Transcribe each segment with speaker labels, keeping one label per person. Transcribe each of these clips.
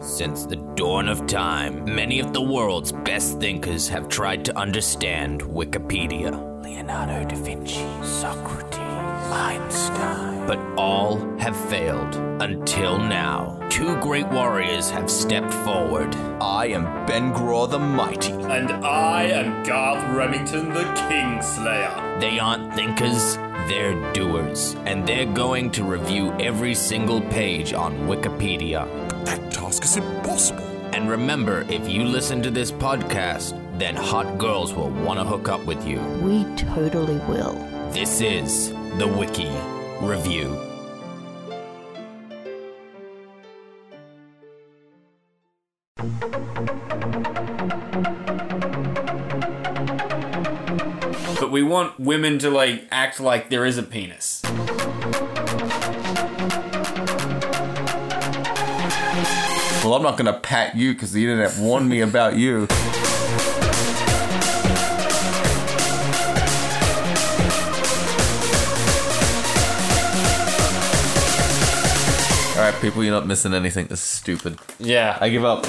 Speaker 1: Since the dawn of time, many of the world's best thinkers have tried to understand Wikipedia. Leonardo da Vinci, Socrates, Einstein. But all have failed until now. Two great warriors have stepped forward. I am Ben Graw the Mighty.
Speaker 2: And I am Garth Remington the Kingslayer.
Speaker 1: They aren't thinkers, they're doers. And they're going to review every single page on Wikipedia.
Speaker 3: That task is impossible.
Speaker 1: And remember, if you listen to this podcast, then hot girls will want to hook up with you.
Speaker 4: We totally will.
Speaker 1: This is the Wiki Review.
Speaker 2: But we want women to like act like there is a penis.
Speaker 5: Well, I'm not going to pat you because the internet warned me about you. All right, people, you're not missing anything. This is stupid.
Speaker 2: Yeah.
Speaker 5: I give up.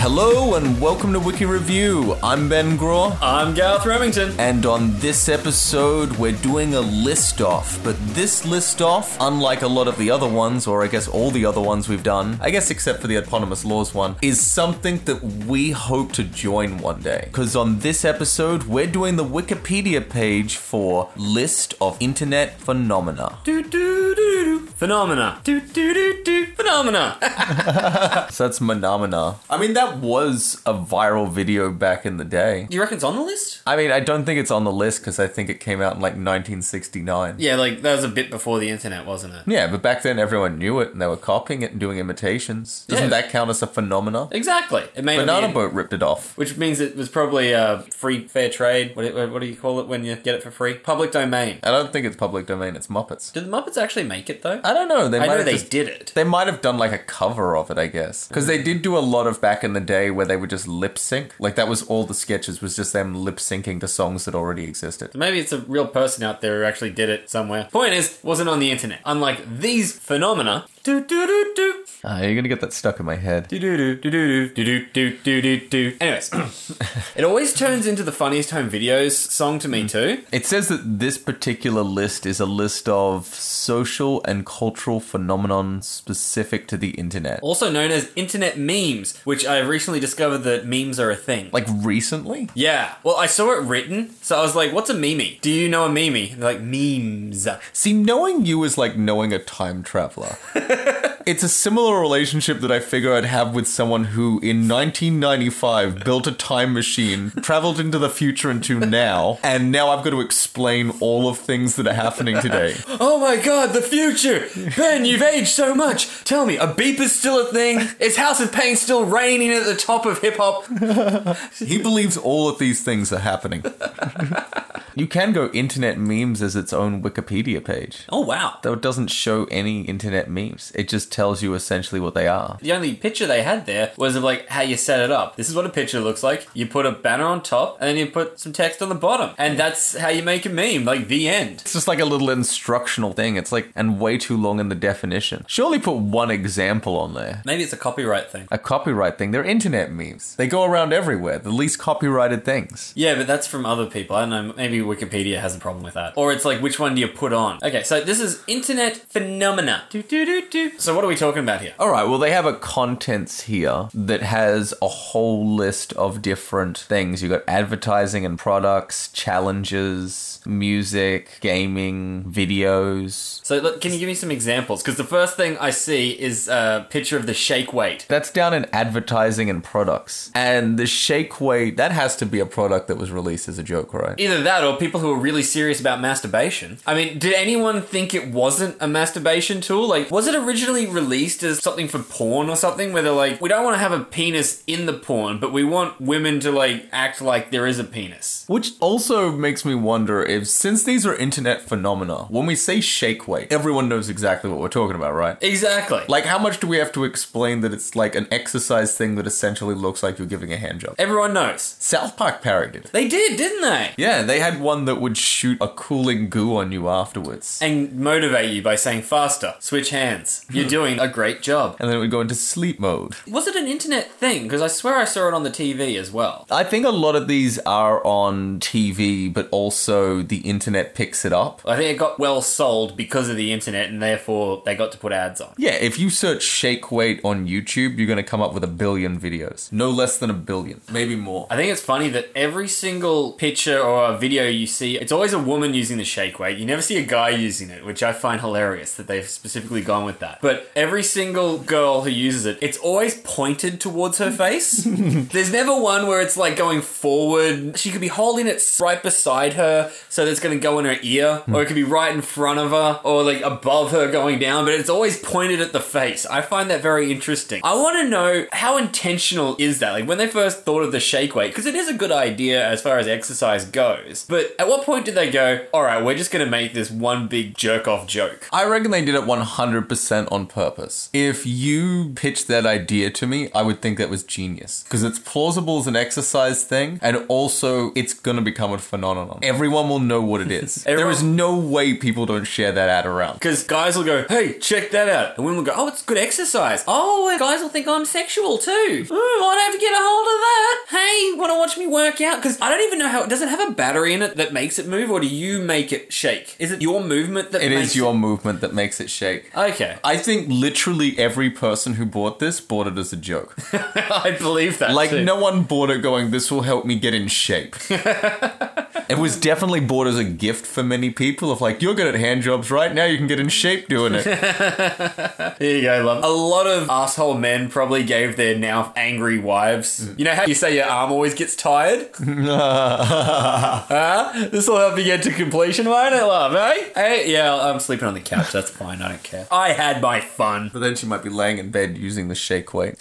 Speaker 5: Hello and welcome to Wiki Review. I'm Ben Graw.
Speaker 2: I'm Garth Remington.
Speaker 5: And on this episode, we're doing a list off. But this list off, unlike a lot of the other ones, or I guess all the other ones we've done, I guess except for the eponymous laws one, is something that we hope to join one day. Because on this episode, we're doing the Wikipedia page for List of Internet Phenomena.
Speaker 2: Do do do do. Phenomena. Do do do do. Phenomena.
Speaker 5: So that's Phenomena. I mean, that was a viral video back in the day.
Speaker 2: you reckon it's on the list?
Speaker 5: I mean, I don't think it's on the list because I think it came out in like 1969.
Speaker 2: Yeah, like that was a bit before the internet, wasn't it?
Speaker 5: Yeah, but back then everyone knew it and they were copying it and doing imitations. Doesn't
Speaker 2: Yeah.
Speaker 5: that count as a phenomena?
Speaker 2: Exactly. It made
Speaker 5: Banana
Speaker 2: a
Speaker 5: Boat ripped it off.
Speaker 2: Which means it was probably uh, free, fair trade. What, do- what do you call it when you get it for free? Public domain.
Speaker 5: I don't think it's public domain, it's Muppets.
Speaker 2: Did the Muppets actually make it though?
Speaker 5: I don't know. They
Speaker 2: I
Speaker 5: might
Speaker 2: know
Speaker 5: have
Speaker 2: they
Speaker 5: just-
Speaker 2: did it.
Speaker 5: They might have done like a cover of it, I guess. Because they did do a lot of back in the day where they would just lip sync. Like that was all the sketches, was just them lip syncing to songs that already existed.
Speaker 2: Maybe it's a real person out there who actually did it somewhere. Point is, wasn't on the internet. Unlike these phenomena. Do do do do
Speaker 5: Ah, you're gonna get that stuck in my head.
Speaker 2: do do do do do do do do do do. Anyways, it always turns into the funniest home videos song to me too.
Speaker 5: It says that this particular list is a list of social and cultural phenomenon specific to the internet.
Speaker 2: Also known as internet memes, which I've recently discovered that memes are a thing.
Speaker 5: Like recently?
Speaker 2: Yeah. Well, I saw it written, so I was like, what's a meme? Do you know a meme? And they're like, memes.
Speaker 5: See, knowing you is like knowing a time traveler. it's a similar relationship that I figure I'd have with someone who, in 1995, built a time machine, traveled into the future into now, and now I've got to explain all of things that are happening today.
Speaker 2: Oh my god, the future! Ben, you've aged so much! Tell me, a beep is still a thing? Is House of Pain still reigning at the top of hip hop?
Speaker 5: He believes all of these things are happening. you can go internet memes as its own Wikipedia page.
Speaker 2: Oh wow.
Speaker 5: Though it doesn't show any internet memes, it just tells you essentially what they are.
Speaker 2: The only picture they had there was of like how you set it up. This is what a picture looks like. You put a banner on top and then you put some text on the bottom. And that's how you make a meme, like the end.
Speaker 5: It's just like a little instructional thing. It's like, and way too long in the definition. Surely put one example on there.
Speaker 2: Maybe it's a copyright thing.
Speaker 5: A copyright thing. They're internet memes. They go around everywhere. The least copyrighted things.
Speaker 2: Yeah, but that's from other people. I don't know. Maybe Wikipedia has a problem with that. Or it's like, which one do you put on? Okay, so this is internet phenomena. Do, do, do, do. So what are we talking about here?
Speaker 5: All right, well, they have a contents here that has a whole list of different things. You've got advertising and products, challenges, music, gaming, videos.
Speaker 2: So look, can you give me some examples? Because the first thing I see is a picture of the shake weight.
Speaker 5: That's down in advertising and products. And the shake weight, that has to be a product that was released as a joke, right?
Speaker 2: Either that or people who are really serious about masturbation. I mean, did anyone think it wasn't a masturbation tool? Like, was it originally released as something for porn or something where they're like, we don't want to have a penis in the porn, but we want women to like act like there is a penis?
Speaker 5: Which also makes me wonder if, since these are internet phenomena, when we say shake weight, everyone knows exactly what we're talking about, right?
Speaker 2: Exactly.
Speaker 5: Like, how much do we have to explain that it's like an exercise thing that essentially looks like you're giving a hand job?
Speaker 2: everyone knows.
Speaker 5: South Park parodied it.
Speaker 2: They did, didn't they?
Speaker 5: Yeah, they had one that would shoot a cooling goo on you afterwards.
Speaker 2: And motivate you by saying faster, switch hands. You're doing a great job.
Speaker 5: And then it would go into sleep mode.
Speaker 2: Was it an internet thing? Because I swear I saw it on the TV as well.
Speaker 5: I think a lot of these are on TV, but also the internet picks it up.
Speaker 2: I think it got well sold because of the internet and therefore they got to put ads on.
Speaker 5: Yeah, if you search shake weight on YouTube, you're going to come up with a billion videos. No less than a billion. Maybe more.
Speaker 2: I think it's funny that every single picture or video you see, it's always a woman using the shake weight. You never see a guy using it, which I find hilarious that they've specifically gone with that. But every single girl who uses it, it's always pointed towards her face. there's never one where it's like going forward. She could be holding it right beside her, so that's going to go in her ear, or it could be right in front of her, or like above her going down, but it's always pointed at the face. I find that very interesting. I want to know how intentional is that? Like when they first thought of the shake weight, because it is a good idea as far as exercise goes, but at what point did they go, all right, we're just going to make this one big jerk off joke?
Speaker 5: I reckon they did it 100% on purpose. If you pitched that idea to me, I would think that was genius because it's plausible as an exercise thing and also it's going to become a phenomenon. Everyone will know what it is. there
Speaker 2: Everyone-
Speaker 5: is no way people don't share that ad around.
Speaker 2: Because guys will go, hey, check that out. And women will go, oh, it's good exercise. Oh, and guys will think I'm sexual too. Ooh, I'd have to get a hold of that. Hey, want to watch me work out? Because I don't even know how, does it have a battery in it that makes it move or do you make it shake? Is it your movement that
Speaker 5: It
Speaker 2: makes
Speaker 5: is your movement that makes it shake.
Speaker 2: Okay.
Speaker 5: I think literally every person who bought this bought it as a joke.
Speaker 2: I believe that.
Speaker 5: Like
Speaker 2: too.
Speaker 5: no one bought it going, this will help me get in shape. it was definitely bought as a gift for many people of like, you're good at hand jobs right now, you can get in shape doing it.
Speaker 2: There you go, love. A lot of asshole men probably gave their now angry wives.
Speaker 5: Mm.
Speaker 2: You know how you say your arm always gets tired? huh? This will help you get to completion, won't it, love? Hey, hey, yeah, I'm sleeping on the couch. That's fine. I don't care. I had my fun.
Speaker 5: but then she might be laying in bed using the shake weight.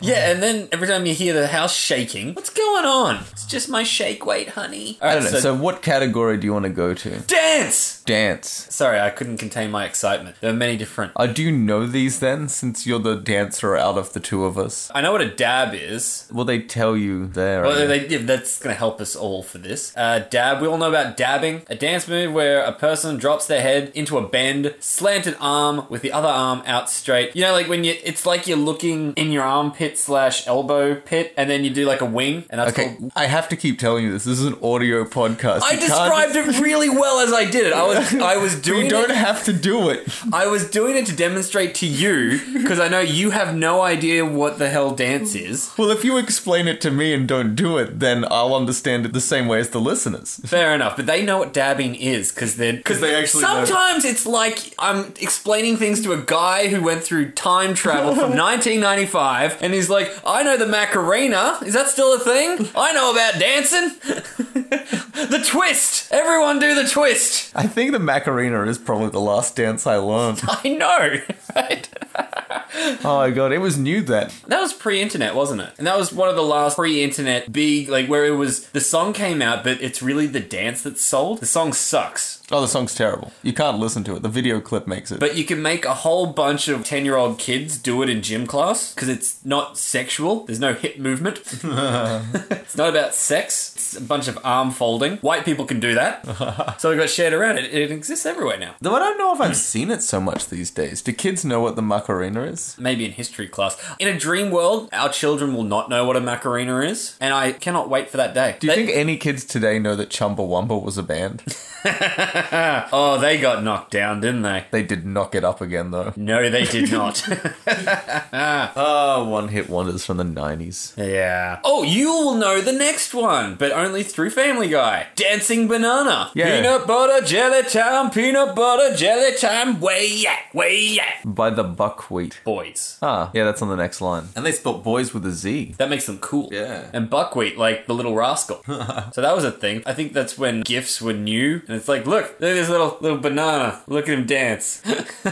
Speaker 2: Yeah, and then every time you hear the house shaking, what's going on? It's just my shake weight, honey.
Speaker 5: I don't know. So, what category do you want to go to?
Speaker 2: dance.
Speaker 5: Dance.
Speaker 2: Sorry, I couldn't contain my excitement. There are many different.
Speaker 5: I do know these then, since you're the dancer out of the two of us.
Speaker 2: I know what a dab is.
Speaker 5: Well, they tell you there.
Speaker 2: Well, they, yeah, that's going to help us all for this. Uh, dab. We all know about dabbing, a dance move where a person drops their head into a bend, slanted arm with the other arm out straight. You know, like when you, it's like you're looking in your armpit slash elbow pit, and then you do like a wing, and that's
Speaker 5: okay,
Speaker 2: called.
Speaker 5: I have to keep telling you this. This is an audio podcast.
Speaker 2: I
Speaker 5: You can't-
Speaker 2: described it really well as I did it. I was I was doing
Speaker 5: We don't
Speaker 2: it,
Speaker 5: have to do it.
Speaker 2: I was doing it to demonstrate to you because I know you have no idea what the hell dance is.
Speaker 5: Well, if you explain it to me and don't do it, then I'll understand it the same way as the listeners.
Speaker 2: Fair enough, but they know what dabbing is because they're because
Speaker 5: they actually know.
Speaker 2: Sometimes it's like I'm explaining things to a guy who went through time travel from 1995, and he's like, "I know the Macarena. Is that still a thing? I know about dancing. the twist. Everyone do the twist.
Speaker 5: I think the Macarena is probably the last dance I learned.
Speaker 2: I know." Right?
Speaker 5: Oh my god, it was new then.
Speaker 2: That was pre-internet, wasn't it? And that was one of the last pre-internet big like where it was the song came out, but it's really the dance that sold. The song sucks.
Speaker 5: Oh, the song's terrible. You can't listen to it. The video clip makes it.
Speaker 2: But you can make a whole bunch of 10 year old kids do it in gym class because it's not sexual. There's no hip movement. it's not about sex. It's a bunch of arm folding. White people can do that. so it got shared around. It, it exists everywhere now.
Speaker 5: Though I don't know if I've seen it so much these days. Do kids know what the Macarena is?
Speaker 2: Maybe in history class. In a dream world, our children will not know what a Macarena is. And I cannot wait for that day.
Speaker 5: Do you
Speaker 2: They-
Speaker 5: think any kids today know that Chumbawamba was a band?
Speaker 2: Oh, they got knocked down, didn't they?
Speaker 5: they did knock it up again, though.
Speaker 2: No, they did not.
Speaker 5: Oh, one hit wonders from the 90s.
Speaker 2: yeah. Oh, you will know the next one, but only through Family Guy. Dancing Banana.
Speaker 5: Yeah.
Speaker 2: Peanut butter jelly time, peanut butter jelly time. Way yeah, way yeah.
Speaker 5: by the buckwheat.
Speaker 2: Boys.
Speaker 5: Ah, yeah, that's on the next line. And they spelt boys with a Z.
Speaker 2: That makes them cool.
Speaker 5: Yeah.
Speaker 2: And buckwheat, like the little rascal. so that was a thing. I think that's when gifts were new. And it's like, look, look at this little little banana. Look at him dance.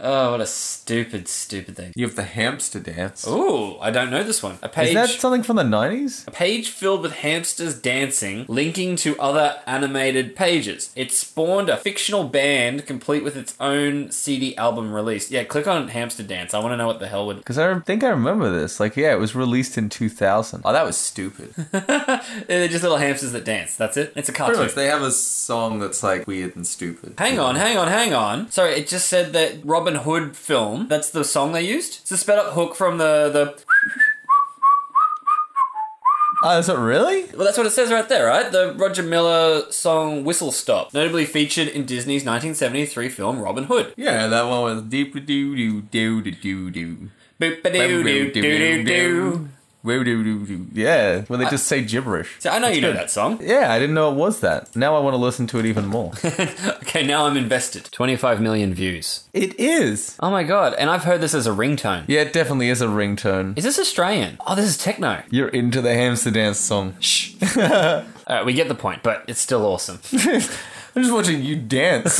Speaker 2: oh, what a stupid, stupid thing.
Speaker 5: You have the hamster dance.
Speaker 2: Ooh, I don't know this one. A page.
Speaker 5: Is that something from the 90s?
Speaker 2: A page filled with hamsters dancing, linking to other animated pages. It spawned a fictional band complete with its own CD album release. Yeah, click on Hamster Dance. I want to know what the hell would.
Speaker 5: Because I think I remember this. Like, yeah, it was released in 2000. Oh, that was stupid.
Speaker 2: They're just little hamsters that dance. That's it. It's a
Speaker 5: Pretty
Speaker 2: cartoon.
Speaker 5: much, they have a song that's like weird and stupid.
Speaker 2: Hang on, hang on, hang on. Sorry, it just said that Robin Hood film. That's the song they used. It's a sped up hook from the the.
Speaker 5: Oh, is it really?
Speaker 2: Well, that's what it says right there, right? The Roger Miller song "Whistle Stop," notably featured in Disney's 1973 film Robin Hood.
Speaker 5: Yeah, that one was deep doo doo doo doo doo doo.
Speaker 2: Boop a doo doo doo doo doo.
Speaker 5: Yeah, where they just say gibberish.
Speaker 2: So I know you know that song.
Speaker 5: Yeah, I didn't know it was that. Now I want to listen to it even more.
Speaker 2: Okay, now I'm invested. 25 million views.
Speaker 5: it is.
Speaker 2: Oh my god, and I've heard this as a ringtone.
Speaker 5: Yeah, it definitely is a ringtone.
Speaker 2: Is this Australian? Oh, this is techno.
Speaker 5: You're into the hamster dance song. Shh.
Speaker 2: All right, we get the point, but it's still awesome.
Speaker 5: I'm just watching you dance.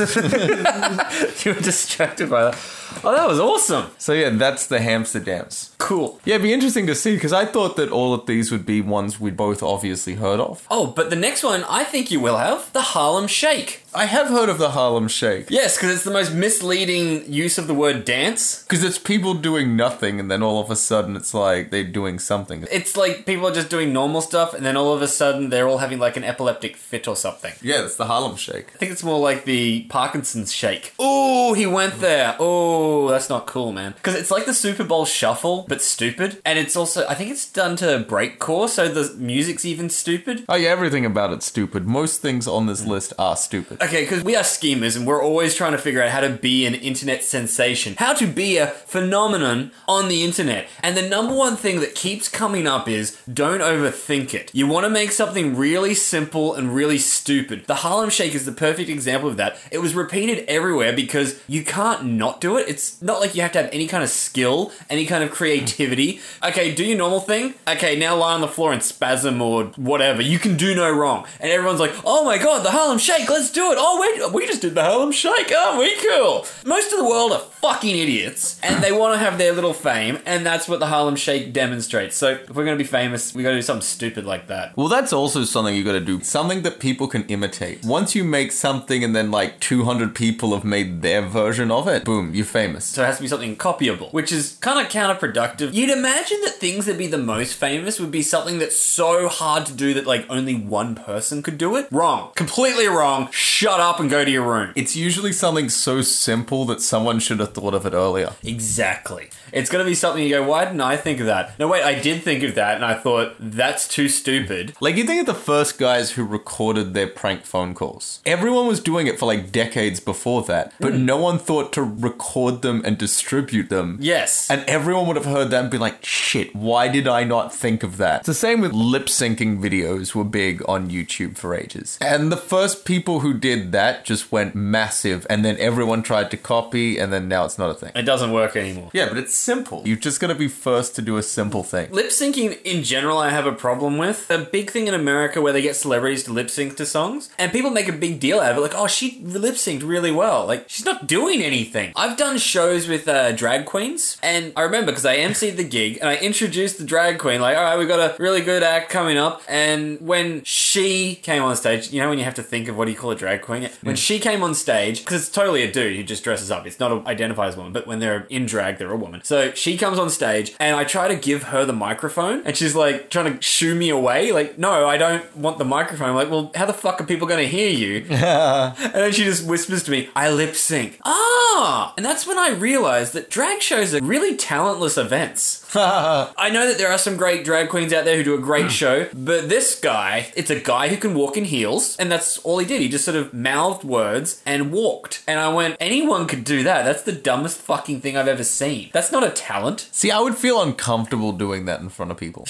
Speaker 2: you were distracted by that. Oh, that was awesome.
Speaker 5: so yeah, that's the hamster dance.
Speaker 2: Cool.
Speaker 5: Yeah, it'd be interesting to see because I thought that all of these would be ones we'd both obviously heard of.
Speaker 2: Oh, but the next one I think you will have the Harlem Shake.
Speaker 5: I have heard of the Harlem Shake.
Speaker 2: Yes, because it's the most misleading use of the word dance.
Speaker 5: Because it's people doing nothing, and then all of a sudden it's like they're doing something.
Speaker 2: It's like people are just doing normal stuff, and then all of a sudden they're all having like an epileptic fit or something.
Speaker 5: Yeah, it's the Harlem Shake.
Speaker 2: I think it's more like the Parkinson's shake. Oh, he went there. Oh, that's not cool, man. Because it's like the Super Bowl shuffle, but stupid. And it's also, I think it's done to breakcore, so the music's even stupid.
Speaker 5: Oh, yeah, everything about it's stupid. Most things on this list are stupid.
Speaker 2: Okay, because we are schemers and we're always trying to figure out how to be an internet sensation, how to be a phenomenon on the internet. And the number one thing that keeps coming up is don't overthink it. You want to make something really simple and really stupid. The Harlem Shake is the perfect example of that. It was repeated everywhere because you can't not do it. It's not like you have to have any kind of skill, any kind of creativity. Okay, do your normal thing. Okay, now lie on the floor and spasm or whatever. You can do no wrong. And everyone's like, oh my god, the Harlem Shake, let's do it. Oh, wait, we just did the Harlem Shake, aren't we? Cool. Most of the world are fucking idiots and they want to have their little fame, and that's what the Harlem Shake demonstrates. So if we're going to be famous, we got to do something stupid like that.
Speaker 5: Well, that's also something you gotta do. Something that people can imitate. Once you make something and then like 200 people have made their version of it, boom, you're famous.
Speaker 2: So it has to be something copyable, which is kind of counterproductive. You'd imagine that things that'd be the most famous would be something that's so hard to do that like only one person could do it. Wrong. Completely wrong. Shut up and go to your room.
Speaker 5: It's usually something so simple that someone should have thought of it earlier.
Speaker 2: Exactly. It's going to be something you go, why didn't I think of that? No, wait, I did think of that and I thought, that's too stupid.
Speaker 5: Like, you think of the first guys who recorded their prank phone calls. Everyone was doing it for like decades before that, but no one thought to record them and distribute them.
Speaker 2: Yes.
Speaker 5: And everyone would have heard that and been like, shit, why did I not think of that? It's the same with lip syncing videos were big on YouTube for ages. And the first people who did that just went massive, and then everyone tried to copy, and then now it's not a thing.
Speaker 2: it doesn't work anymore.
Speaker 5: Yeah, but it's simple. You've just got to be first to do a simple thing.
Speaker 2: Lip syncing in general, I have a problem with. A big thing in America where they get celebrities to lip sync to songs, and people make a big deal out of it. Like, oh, she lip synced really well. Like, she's not doing anything. I've done shows with uh, drag queens, and I remember because I emceed the gig and I introduced the drag queen, like, all right, we got a really good act coming up. And when she came on stage, you know, when you have to think of what do you call a drag queen? When she came on stage, because it's totally a dude who just dresses up, it's not a, identified as a woman, but when they're in drag, they're a woman. So she comes on stage, and I try to give her the microphone, and she's like trying to shoo me away. Like, no, I don't want the microphone. I'm like, well, how the fuck are people going to hear you? and then she just whispers to me, I lip sync. Ah! And that's when I realized that drag shows are really talentless events. I know that there are some great drag queens out there who do a great show, but this guy, it's a guy who can walk in heels, and that's all he did. He just sort of mouthed words and walked. And I went, anyone could do that. That's the dumbest fucking thing I've ever seen. That's not a talent.
Speaker 5: See, I would feel uncomfortable doing that in front of people.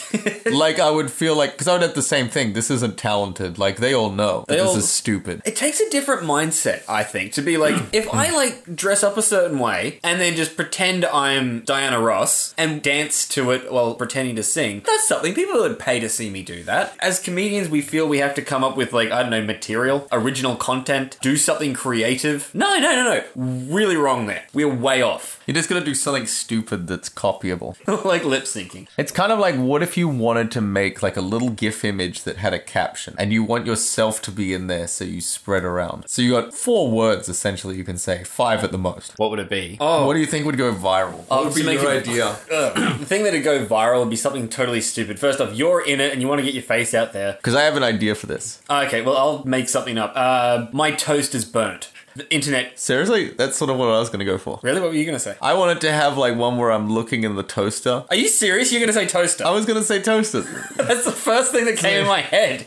Speaker 5: like, I would feel like, because I would have the same thing. This isn't talented. Like, they all know
Speaker 2: They
Speaker 5: that this
Speaker 2: all-
Speaker 5: is stupid.
Speaker 1: Mm.
Speaker 2: It takes a different mindset, I think, to be like, if I like dress up a certain way and then just pretend I'm Diana Ross and dance to it while pretending to sing. That's something people would pay to see me do that. As comedians, we feel we have to come up with like I don't know material, original content, do something creative. No, no, no, no. Really wrong there. We're way off.
Speaker 5: You're just gonna do something stupid that's copyable.
Speaker 2: like lip syncing.
Speaker 5: It's kind of like what if you wanted to make like a little GIF image that had a caption and you want yourself to be in there so you spread around. So you got four words essentially you can say, five at the most.
Speaker 1: What would it be?
Speaker 2: Oh,
Speaker 5: What do you think would go viral?
Speaker 2: Oh,
Speaker 5: What would
Speaker 2: to
Speaker 5: be
Speaker 2: make
Speaker 5: your
Speaker 2: it-
Speaker 5: idea?
Speaker 2: the thing that'd go viral would be something totally stupid. First off, you're in it and you want to get your face out there.
Speaker 5: Because I have an idea for this.
Speaker 2: Okay, well, I'll make something up. Uh, my toast is burnt. The internet.
Speaker 5: Seriously, that's sort of what I was gonna go for.
Speaker 2: Really? What were you going to say?
Speaker 5: I wanted to have like one where I'm looking in the toaster.
Speaker 2: Are you serious? You're going to say toaster?
Speaker 5: I was gonna say toaster.
Speaker 2: That's the first thing that came in my head.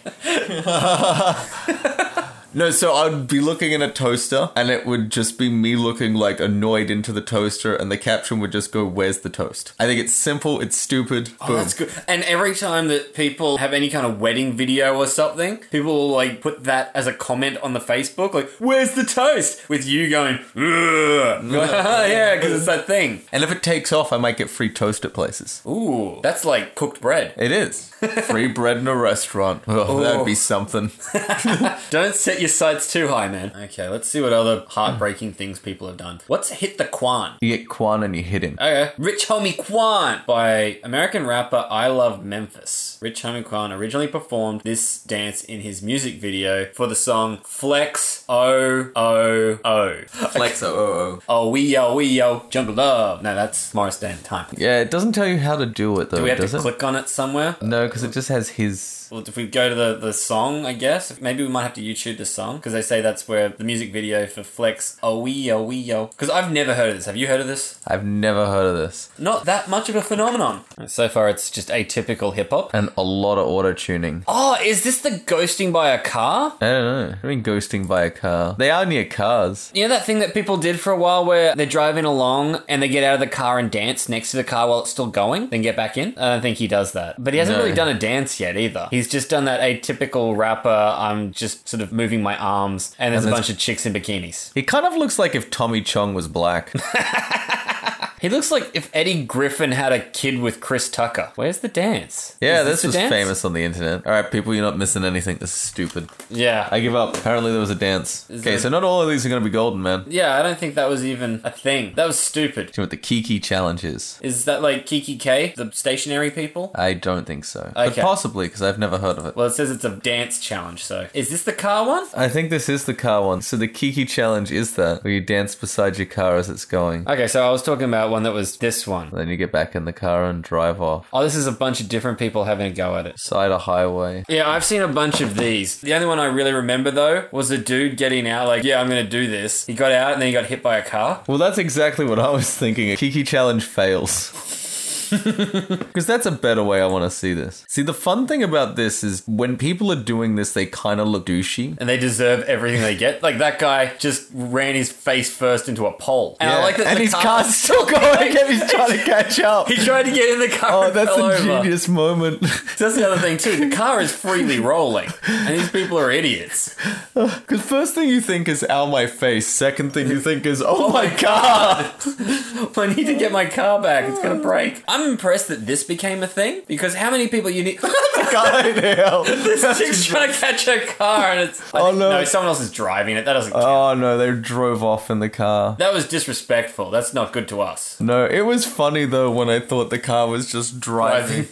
Speaker 5: No, so I'd be looking in a toaster and it would just be me looking like annoyed into the toaster and the caption would just go, Where's the toast? I think it's simple, it's stupid.
Speaker 2: Oh,
Speaker 5: boom.
Speaker 2: that's good. And every time that people have any kind of wedding video or something, people will like put that as a comment on the Facebook, like "Where's the toast?" with you going, "Ugh." yeah, because it's that thing.
Speaker 5: And if it takes off, I might get free toast at places.
Speaker 2: Ooh, that's like cooked bread.
Speaker 5: It is. Free bread in a restaurant. Oh, that'd be something.
Speaker 2: Don't set your sights too high, man. Okay, let's see what other heartbreaking things people have done. What's hit the Quan?
Speaker 5: You get Quan and you hit him.
Speaker 2: Okay. Rich Homie Quan by American rapper I Love Memphis. Rich Homie Quan originally performed this dance in his music video for the song Flex O O O.
Speaker 5: Flexo, oh, oh.
Speaker 2: Oh, we yo, we yo, Jungle Love. No, that's Morris Day and Time.
Speaker 5: Yeah, it doesn't tell you how to do it, though,
Speaker 2: Do we have
Speaker 5: does
Speaker 2: to
Speaker 5: it?
Speaker 2: click on it somewhere?
Speaker 5: No, because it just has his.
Speaker 2: Well, if we go to the, the song, I guess, maybe we might have to YouTube the song because they say that's where the music video for Flex Oh, we yo, we yo. Because I've never heard of this. Have you heard of this?
Speaker 5: I've never heard of this.
Speaker 2: Not that much of a phenomenon. So far, it's just atypical hip hop.
Speaker 5: And a lot of auto tuning.
Speaker 2: Oh, is this the ghosting by a car?
Speaker 5: I don't know. I mean, ghosting by a car. They are near cars.
Speaker 2: You know that thing that people did for a while where they're driving along and they get out of the car and dance next to the car while it's still going, then get back in? I don't think he does that. But he hasn't
Speaker 5: No.
Speaker 2: really done a dance yet either. He's just done that atypical rapper, I'm just sort of moving my arms, and there's a
Speaker 5: And there's-
Speaker 2: bunch of chicks in bikinis.
Speaker 5: He kind of looks like if Tommy Chong was black.
Speaker 2: He looks like if Eddie Griffin had a kid with Chris Tucker. Where's the dance?
Speaker 5: Yeah,
Speaker 2: Is
Speaker 5: this,
Speaker 2: the
Speaker 5: was
Speaker 2: dance?
Speaker 5: famous on the internet. All right, people, you're not missing anything. This is stupid.
Speaker 2: Yeah.
Speaker 5: I give up. Apparently, there was a dance. okay,
Speaker 2: there-
Speaker 5: so not all of these are going to be golden, man. Do you
Speaker 2: yeah, I don't think that was even a thing. That was stupid.
Speaker 5: know what the Kiki challenge is?
Speaker 2: Is that like Kiki K, the stationary people?
Speaker 5: I don't think so. But
Speaker 2: Okay.
Speaker 5: possibly, because I've never heard of it.
Speaker 2: Well, it says it's a dance challenge, so. Is this the car one?
Speaker 5: I think this is the car one. So the Kiki challenge is that, where you dance beside your car as it's going.
Speaker 2: Okay, so I was talking about one that was this one.
Speaker 5: Then you get back in the car and drive off.
Speaker 2: Oh, this is a bunch of different people having a go at it.
Speaker 5: Side of highway.
Speaker 2: Yeah, I've seen a bunch of these. The only one I really remember, though, was a dude getting out, like, yeah, I'm gonna do this. He got out and then he got hit by a car.
Speaker 5: Well, that's exactly what I was thinking. Kiki challenge fails. Because that's a better way I want to see this. See, the fun thing about this is when people are doing this, they kind of look douchey.
Speaker 2: And they deserve everything they get. Like, that guy just ran his face first into a pole. And I
Speaker 5: Yeah.
Speaker 2: like that
Speaker 5: and
Speaker 2: the
Speaker 5: his
Speaker 2: car-
Speaker 5: car's still going and he's trying to catch up.
Speaker 2: He tried to get in the car.
Speaker 5: Oh,
Speaker 2: and
Speaker 5: that's
Speaker 2: fell
Speaker 5: a
Speaker 2: over.
Speaker 5: genius moment.
Speaker 2: That's the other thing, too. The car is freely rolling, and these people are idiots.
Speaker 5: Because first thing you think is, ow, my face. Second thing you think is, oh, my god.
Speaker 2: I need to get my car back. It's gonna break. I'm impressed that this became a thing because how many people you need?
Speaker 5: God in hell.
Speaker 2: this chick's trying to catch her car and it's. I
Speaker 5: Oh,
Speaker 2: think-
Speaker 5: no.
Speaker 2: No, someone else is driving it. That doesn't. count.
Speaker 5: Oh no, they drove off in the car.
Speaker 2: that was disrespectful. That's not good to us.
Speaker 5: No, it was funny though when I thought the car was just driving.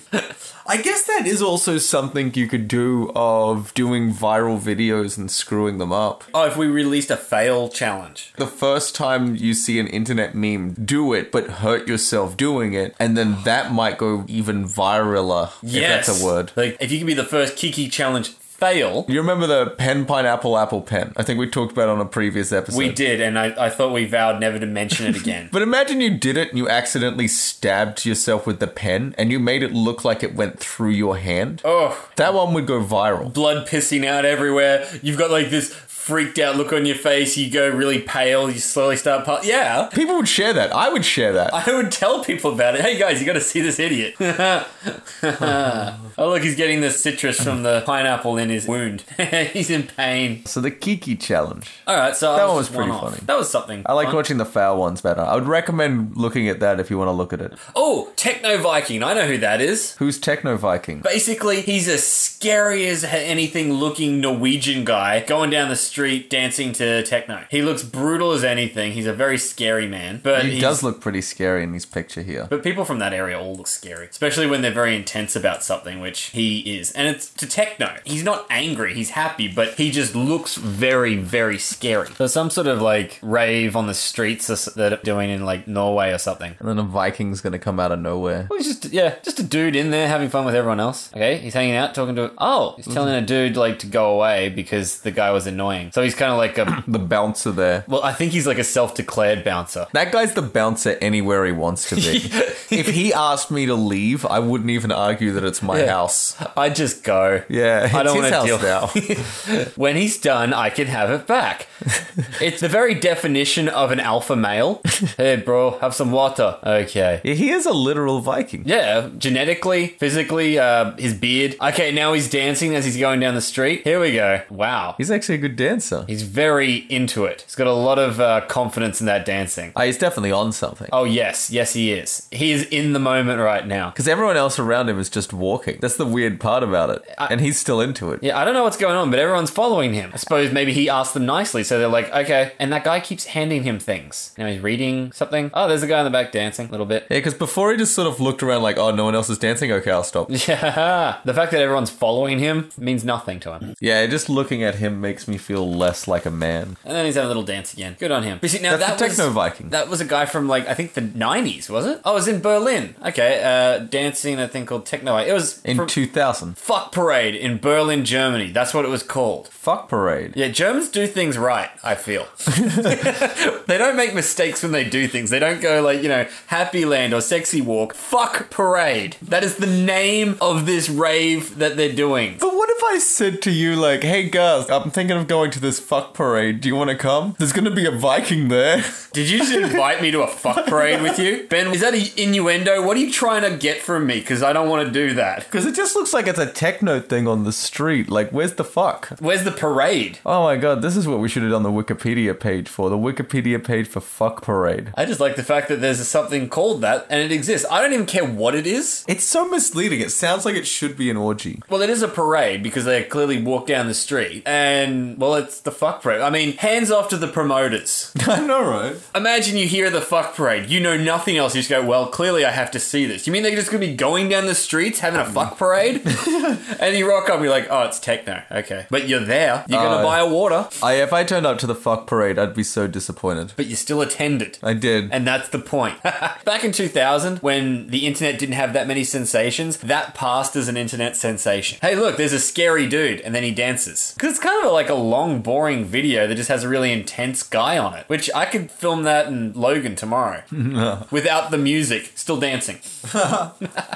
Speaker 5: I guess that is also something you could do of doing viral videos and screwing them up.
Speaker 2: Oh, if we released a fail challenge.
Speaker 5: The first time you see an internet meme, do it, but hurt yourself doing it, and then that might go even viraler, if
Speaker 2: Yes.
Speaker 5: that's a word.
Speaker 2: Like, if you can be the first Kiki challenge fail.
Speaker 5: You remember the pen, pineapple, apple pen? I think we talked about it on a previous episode.
Speaker 2: We did, and I, I thought we vowed never to mention it again.
Speaker 5: But imagine you did it and you accidentally stabbed yourself with the pen and you made it look like it went through your hand.
Speaker 2: oh,
Speaker 5: That one would go viral.
Speaker 2: blood pissing out everywhere. You've got like this freaked out look on your face, you go really pale, you slowly start. Pa- yeah.
Speaker 5: People would share that. I would share that.
Speaker 2: I would tell people about it. Hey guys, you got to see this idiot. oh look, he's getting the citrus from the pineapple in his wound. he's in pain.
Speaker 5: So the Kiki challenge.
Speaker 2: All right, so
Speaker 5: That
Speaker 2: I
Speaker 5: one
Speaker 2: was
Speaker 5: was pretty
Speaker 2: one off.
Speaker 5: funny.
Speaker 2: That was something.
Speaker 5: I liked
Speaker 2: fun.
Speaker 5: watching the foul ones better. I would recommend looking at that if you want to look at it.
Speaker 2: Oh, Techno Viking. I know who that is.
Speaker 5: Who's Techno Viking?
Speaker 2: Basically, he's a scary as h- anything looking Norwegian guy going down the street dancing to techno. He looks brutal as anything. He's a very scary man, but
Speaker 5: He
Speaker 2: he's-
Speaker 5: does look pretty scary in his picture here.
Speaker 2: But people from that area all look scary, especially when they're very intense about something, which he is. And it's to techno. He's not angry, he's happy, but he just looks very, very scary. So some sort of like rave on the streets or s- that are doing in like Norway or something.
Speaker 5: And then a Viking's gonna come out of nowhere.
Speaker 2: Well, he's just yeah, just a dude in there having fun with everyone else. Okay, he's hanging out, talking to. Oh,
Speaker 5: Mm-hmm.
Speaker 2: he's telling a dude like to go away because the guy was annoying. So he's kind of like a.
Speaker 5: The bouncer there.
Speaker 2: Well, I think he's like a self-declared bouncer.
Speaker 5: That guy's the bouncer anywhere he wants to be. if he asked me to leave, I wouldn't even argue that it's my
Speaker 2: Yeah.
Speaker 5: house.
Speaker 2: I just go.
Speaker 5: Yeah,
Speaker 2: I
Speaker 5: it's
Speaker 2: don't
Speaker 5: his
Speaker 2: want to
Speaker 5: house
Speaker 2: deal.
Speaker 5: now.
Speaker 2: when he's done, I can have it back. it's the very definition of an alpha male. hey, bro, have some water. Okay.
Speaker 5: Yeah, he is a literal Viking.
Speaker 2: Yeah, genetically, physically, uh, his beard. Okay, now he's dancing as he's going down the street. Here we go. Wow.
Speaker 5: He's actually a good dancer.
Speaker 2: He's very into it. He's got a lot of uh, confidence in that dancing.
Speaker 5: Uh, he's definitely on something.
Speaker 2: Oh, yes. Yes, he is. He is in the moment right now.
Speaker 5: Because everyone else around him is just walking. That's the weird part about it. and he's still into it.
Speaker 2: Yeah, I don't know what's going on, but everyone's following him. I suppose maybe he asked them nicely, so they're like, okay. And that guy keeps handing him things. Now he's reading something. Oh, there's a guy in the back dancing a little bit.
Speaker 5: Yeah, because before he just sort of looked around like, oh, no one else is dancing? Okay, I'll stop.
Speaker 2: Yeah, the fact that everyone's following him means nothing to him.
Speaker 5: Yeah, just looking at him makes me feel less like a man.
Speaker 2: And then he's had a little dance again. Good on him. But see, now
Speaker 5: That's
Speaker 2: that
Speaker 5: the
Speaker 2: was,
Speaker 5: Techno Viking.
Speaker 2: That was a guy from like I think the '90s, was it? Oh, it was in Berlin. Okay, uh, dancing in a thing called techno. It was
Speaker 5: In
Speaker 2: from
Speaker 5: 2000.
Speaker 2: Fuck Parade in Berlin, Germany. That's what it was called.
Speaker 5: Fuck parade.
Speaker 2: Yeah, Germans do things right, I feel. they don't make mistakes when they do things. They don't go like, you know, Happy Land or Sexy Walk. Fuck Parade. That is the name of this rave that they're doing.
Speaker 5: But what if I said to you, like, hey, Gus, I'm thinking of going to this fuck parade. Do you want to come? There's going to be a Viking there.
Speaker 2: Did you just invite me to a fuck parade with you? Ben, is that an innuendo? What are you trying to get from me? Because I don't want to do that.
Speaker 5: Because it just looks like it's a techno thing on the street. Like, where's the fuck?
Speaker 2: Where's the parade?
Speaker 5: Oh my god, this is what we should have done the Wikipedia page for. The Wikipedia page for fuck parade.
Speaker 2: I just like the fact that there's something called that and it exists. I don't even care what it is.
Speaker 5: It's so misleading. It sounds like it should be an orgy.
Speaker 2: Well, it is a parade because they clearly walk down the street, and well, it's the fuck parade. I mean, hands off to the promoters.
Speaker 5: I know, right?
Speaker 2: Imagine you hear the fuck parade, you know nothing else. You just go, well, clearly I have to see this. You mean they're just gonna be going down the streets having a fuck parade? and you rock up, you're like, oh, it's techno, okay. But you're there. You're gonna
Speaker 5: Oh.
Speaker 2: buy a water,
Speaker 5: I, if I turned up to the fuck parade, I'd be so disappointed.
Speaker 2: but you still attend it.
Speaker 5: I did.
Speaker 2: And that's the point. Back in 2000, when the internet didn't have that many sensations, that passed as an internet sensation. Hey, look, there's a scary dude, and then he dances. Because it's kind of like a long, boring video that just has a really intense guy on it, which I could film that in Logan tomorrow without the music, still dancing.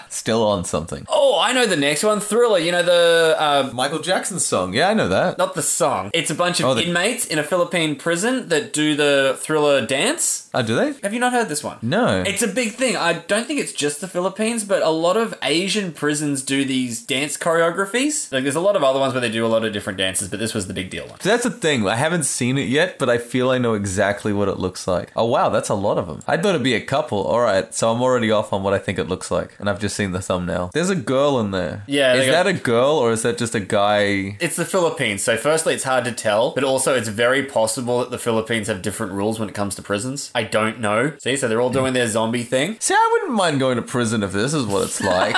Speaker 5: Still on something.
Speaker 2: Oh, I know the next one Thriller, you know, the. Uh,
Speaker 5: Michael Jackson's song. Yeah, I know that.
Speaker 2: not the song. It's a bunch of
Speaker 5: Oh, the-
Speaker 2: inmates in a Philippine prison that do the thriller dance.
Speaker 5: Oh, do they?
Speaker 2: Have you not heard this one?
Speaker 5: No.
Speaker 2: It's a big thing. I don't think it's just the Philippines, but a lot of Asian prisons do these dance choreographies. Like, there's a lot of other ones where they do a lot of different dances, but this was the big deal one.
Speaker 5: So that's the thing. I haven't seen it yet, but I feel I know exactly what it looks like. Oh wow, that's a lot of them. I thought it'd be a couple. All right, so I'm already off on what I think it looks like, and I've just seen the thumbnail. There's a girl in there.
Speaker 2: Yeah,
Speaker 5: Is
Speaker 2: they got-
Speaker 5: that a girl or is that just a guy?
Speaker 2: It's the Philippines, so firstly, it's hard to tell, but also it's very possible that the Philippines have different rules when it comes to prisons. I don't know. See, so they're all doing their zombie thing.
Speaker 5: See, I wouldn't mind going to prison if this is what it's like.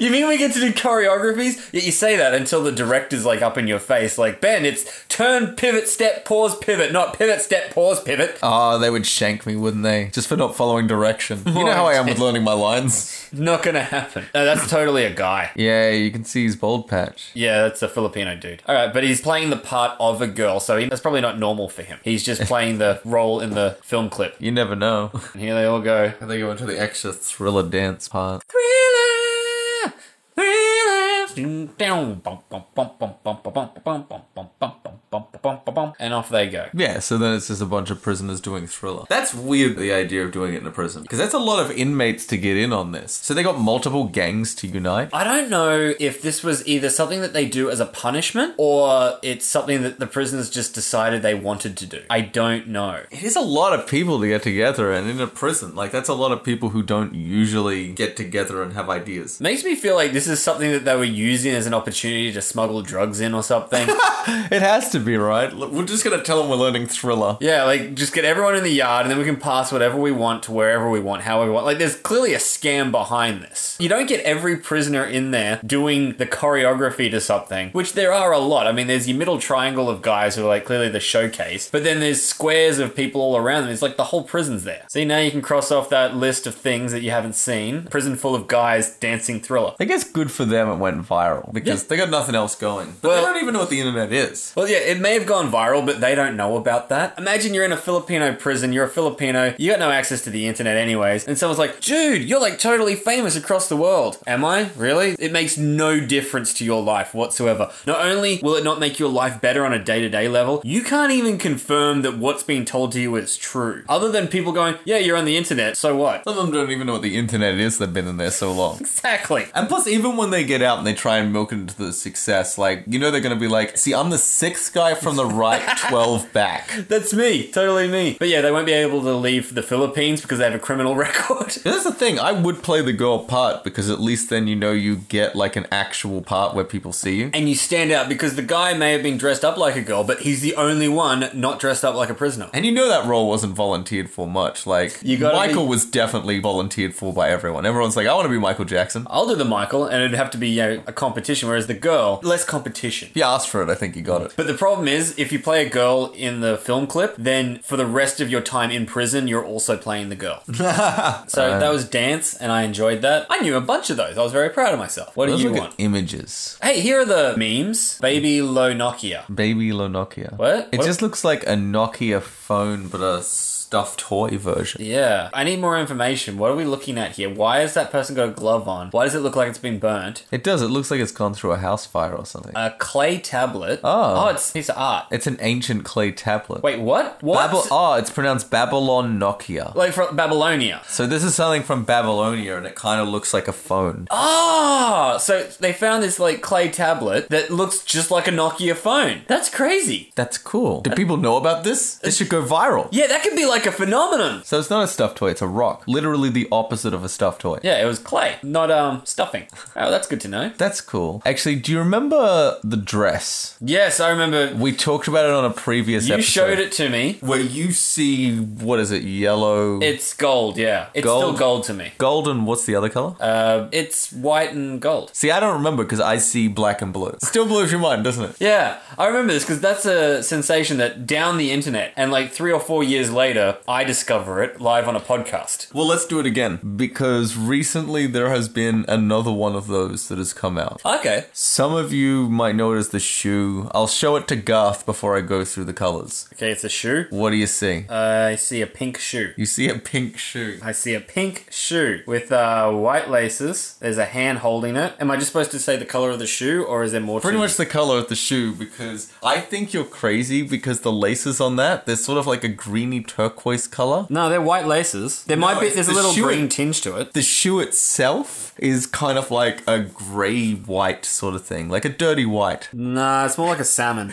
Speaker 2: You mean we get to do choreographies? Yet you say that until the director's like up in your face, like, Ben, it's turn, pivot, step, pause, pivot, not pivot, step, pause, pivot.
Speaker 5: oh, they would shank me, wouldn't they? Just for not following direction. You know how I am with learning my lines.
Speaker 2: Not gonna happen. No, that's totally a guy.
Speaker 5: Yeah, you can see his bald patch.
Speaker 2: Yeah, that's a Filipino dude. All right, but he's playing the part of a girl, so he, that's probably not normal for him. He's just playing the role in the film clip.
Speaker 5: You never know.
Speaker 2: And here they all go.
Speaker 5: I think I went to the extra thriller dance part.
Speaker 2: Thriller! Thriller! Ding dong, bum, bum, bum, bum, bum, bum, bum, bum, bum, bum, bum, bum, bum, bum, bum. and off they go.
Speaker 5: Yeah, so then it's just a bunch of prisoners doing thriller. That's weird, the idea of doing it in a prison, because that's a lot of inmates to get in on this. So they got multiple gangs to unite.
Speaker 2: I don't know if this was either something that they do as a punishment or it's something that the prisoners just decided they wanted to do. I don't know.
Speaker 5: It is a lot of people to get together and in a prison. Like, that's a lot of people who don't usually get together and have ideas.
Speaker 2: Makes me feel like this is something that they were using as an opportunity to smuggle drugs in or something.
Speaker 5: It has to be, right? Look, We're just going to tell them we're learning thriller.
Speaker 2: yeah, like just get everyone in the yard and then we can pass whatever we want to wherever we want, however we want. Like there's clearly a scam behind this. You don't get every prisoner in there doing the choreography to something, which there are a lot. I mean, there's your middle triangle of guys who are like clearly the showcase, but then there's squares of people all around them. It's like the whole prison's there. See, now you can cross off that list of things that you haven't seen. Prison full of guys dancing thriller.
Speaker 5: I guess good for them it went viral because
Speaker 2: Yeah.
Speaker 5: they got nothing else going. But
Speaker 2: Well-
Speaker 5: they don't even know what the internet is.
Speaker 2: Well, yeah, it may have gone viral, but they don't know about that. Imagine you're in a Filipino prison, you're a Filipino, you got no access to the internet, anyways, and someone's like, dude, you're like totally famous across the world. Am I? Really? It makes no difference to your life whatsoever. Not only will it not make your life better on a day to day level, you can't even confirm that what's being told to you is true. Other than people going, yeah, you're on the internet, so what?
Speaker 5: Some of them don't even know what the internet is. They've been in there so long.
Speaker 2: Exactly.
Speaker 5: And plus, even when they get out and they try and milk it into the success, like, you know, they're going to be like, see, I'm the sixth guy from the right 12 back.
Speaker 2: That's me, totally me. But yeah, they won't be able to leave the Philippines because they have a criminal record.
Speaker 5: That's the thing. I would play the girl part because at least then you know you get like an actual part where people see you.
Speaker 2: and you stand out because the guy may have been dressed up like a girl, but he's the only one not dressed up like a prisoner.
Speaker 5: And you know that role wasn't volunteered for much. Like,
Speaker 2: You gotta
Speaker 5: Michael
Speaker 2: be-
Speaker 5: was definitely volunteered for by everyone. Everyone's like, I want to be Michael Jackson.
Speaker 2: I'll do the Michael, and it'd have to be you know, a competition, whereas the girl, less competition.
Speaker 5: If you asked for it, I think you got it.
Speaker 2: But the problem is, if you play a girl in the film clip, then for the rest of your time in prison, you're also playing the girl. so that was dance, and I enjoyed that. I knew a bunch of those. I was very proud of myself. What do
Speaker 5: Let's
Speaker 2: you
Speaker 5: look
Speaker 2: want?
Speaker 5: at images.
Speaker 2: Hey, here are the memes. Baby low Nokia.
Speaker 5: Baby Lo Nokia.
Speaker 2: What?
Speaker 5: It
Speaker 2: What?
Speaker 5: just looks like a Nokia phone, but a stuffed toy version.
Speaker 2: Yeah, I need more information. What are we looking at here? Why has that person got a glove on? Why does it look like it's been burnt?
Speaker 5: It does. It looks like it's gone through a house fire or something.
Speaker 2: A clay tablet. Oh,
Speaker 5: Oh.
Speaker 2: it's a piece of art.
Speaker 5: it's an ancient clay tablet.
Speaker 2: Wait, what? What?
Speaker 5: Babel- oh, it's pronounced Babylon Nokia.
Speaker 2: like from Babylonia.
Speaker 5: So this is something from Babylonia, and it kind of looks like a phone.
Speaker 2: Oh, so they found this like clay tablet that looks just like a Nokia phone. That's crazy.
Speaker 5: That's cool. Do people know about this? This should go viral.
Speaker 2: Yeah, that could be like a phenomenon.
Speaker 5: So it's not a stuffed toy; it's a rock. Literally the opposite of a stuffed toy.
Speaker 2: Yeah, it was clay, not um stuffing. Oh, that's good to know.
Speaker 5: That's cool. Actually, do you remember the dress?
Speaker 2: Yes, I remember
Speaker 5: We talked about it on a previous
Speaker 2: you
Speaker 5: episode.
Speaker 2: showed it to me.
Speaker 5: Where you see, what is it, yellow?
Speaker 2: It's gold, yeah. It's still
Speaker 5: Gold.
Speaker 2: gold to me.
Speaker 5: golden. What's the other color?
Speaker 2: Uh, it's white and gold.
Speaker 5: see, I don't remember because I see black and blue. Still blows your mind, doesn't it?
Speaker 2: Yeah, I remember this because that's a sensation that down the internet, and like three or four years later, I discover it live on a podcast.
Speaker 5: Well, let's do it again because recently there has been another one of those that has come out.
Speaker 2: Okay.
Speaker 5: Some of you might notice the shoe. I'll show it to Garth before I go through the colors.
Speaker 2: Okay, it's a shoe.
Speaker 5: What do you see?
Speaker 2: I see a pink shoe.
Speaker 5: You see a pink shoe.
Speaker 2: Uh, I see a pink shoe with uh, white laces. There's a hand holding it. Am I just supposed to say the color of the shoe, or is there more?
Speaker 5: Pretty
Speaker 2: to
Speaker 5: much the color of the shoe because I think you're crazy because the laces on that, they're sort of like a greeny turquoise color.
Speaker 2: No, they're white laces. There might be.
Speaker 5: it's
Speaker 2: There's a
Speaker 5: the
Speaker 2: little
Speaker 5: shoe.
Speaker 2: green tinge to it.
Speaker 5: The shoe itself is kind of like a grey white sort of thing, like a dirty white.
Speaker 2: Nah, it's more like a salmon.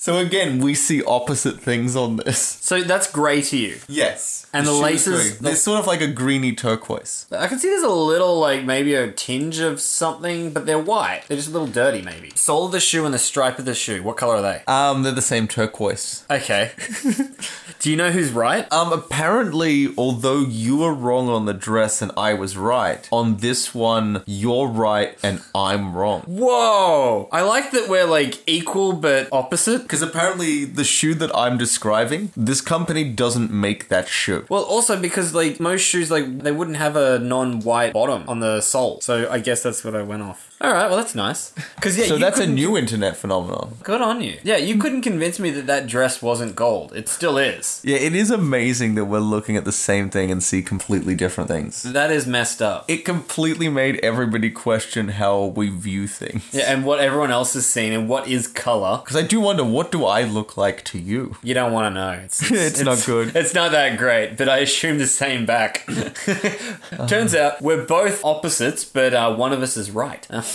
Speaker 5: So again, we see opposite things on this.
Speaker 2: so that's grey to you.
Speaker 5: Yes.
Speaker 2: And the
Speaker 5: shoe
Speaker 2: laces-
Speaker 5: is green. They're sort of like a greeny turquoise.
Speaker 2: I can see there's a little, like, maybe a tinge of something, but they're white. They're just a little dirty, maybe. Sole of the shoe and the stripe of the shoe. What color are they?
Speaker 5: Um, they're the same turquoise.
Speaker 2: Okay. Do you know who's right?
Speaker 5: Um, apparently, although you were wrong on the dress and I was right, on this one, you're right and I'm wrong.
Speaker 2: Whoa! I like that we're, like, equal but opposite.
Speaker 5: Because apparently, the shoe that I'm describing, this company doesn't make that shoe.
Speaker 2: Well, also because, like, most shoes, like, they wouldn't have a non white bottom on the sole. So I guess that's what I went off. All right, well that's nice. Because yeah,
Speaker 5: so
Speaker 2: you
Speaker 5: that's a
Speaker 2: couldn't-
Speaker 5: new internet phenomenon.
Speaker 2: Good on you. Yeah, you couldn't convince me that that dress wasn't gold. It still is.
Speaker 5: Yeah, it is amazing that we're looking at the same thing and see completely different things.
Speaker 2: That is messed up.
Speaker 5: It completely made everybody question how we view things.
Speaker 2: Yeah, and what everyone else has seen and what is color.
Speaker 5: Because I do wonder, what do I look like to you?
Speaker 2: You don't want to know. It's,
Speaker 5: It's not good.
Speaker 2: It's not that great, but I assume the same back. Turns out we're both opposites, but uh, one of us is right.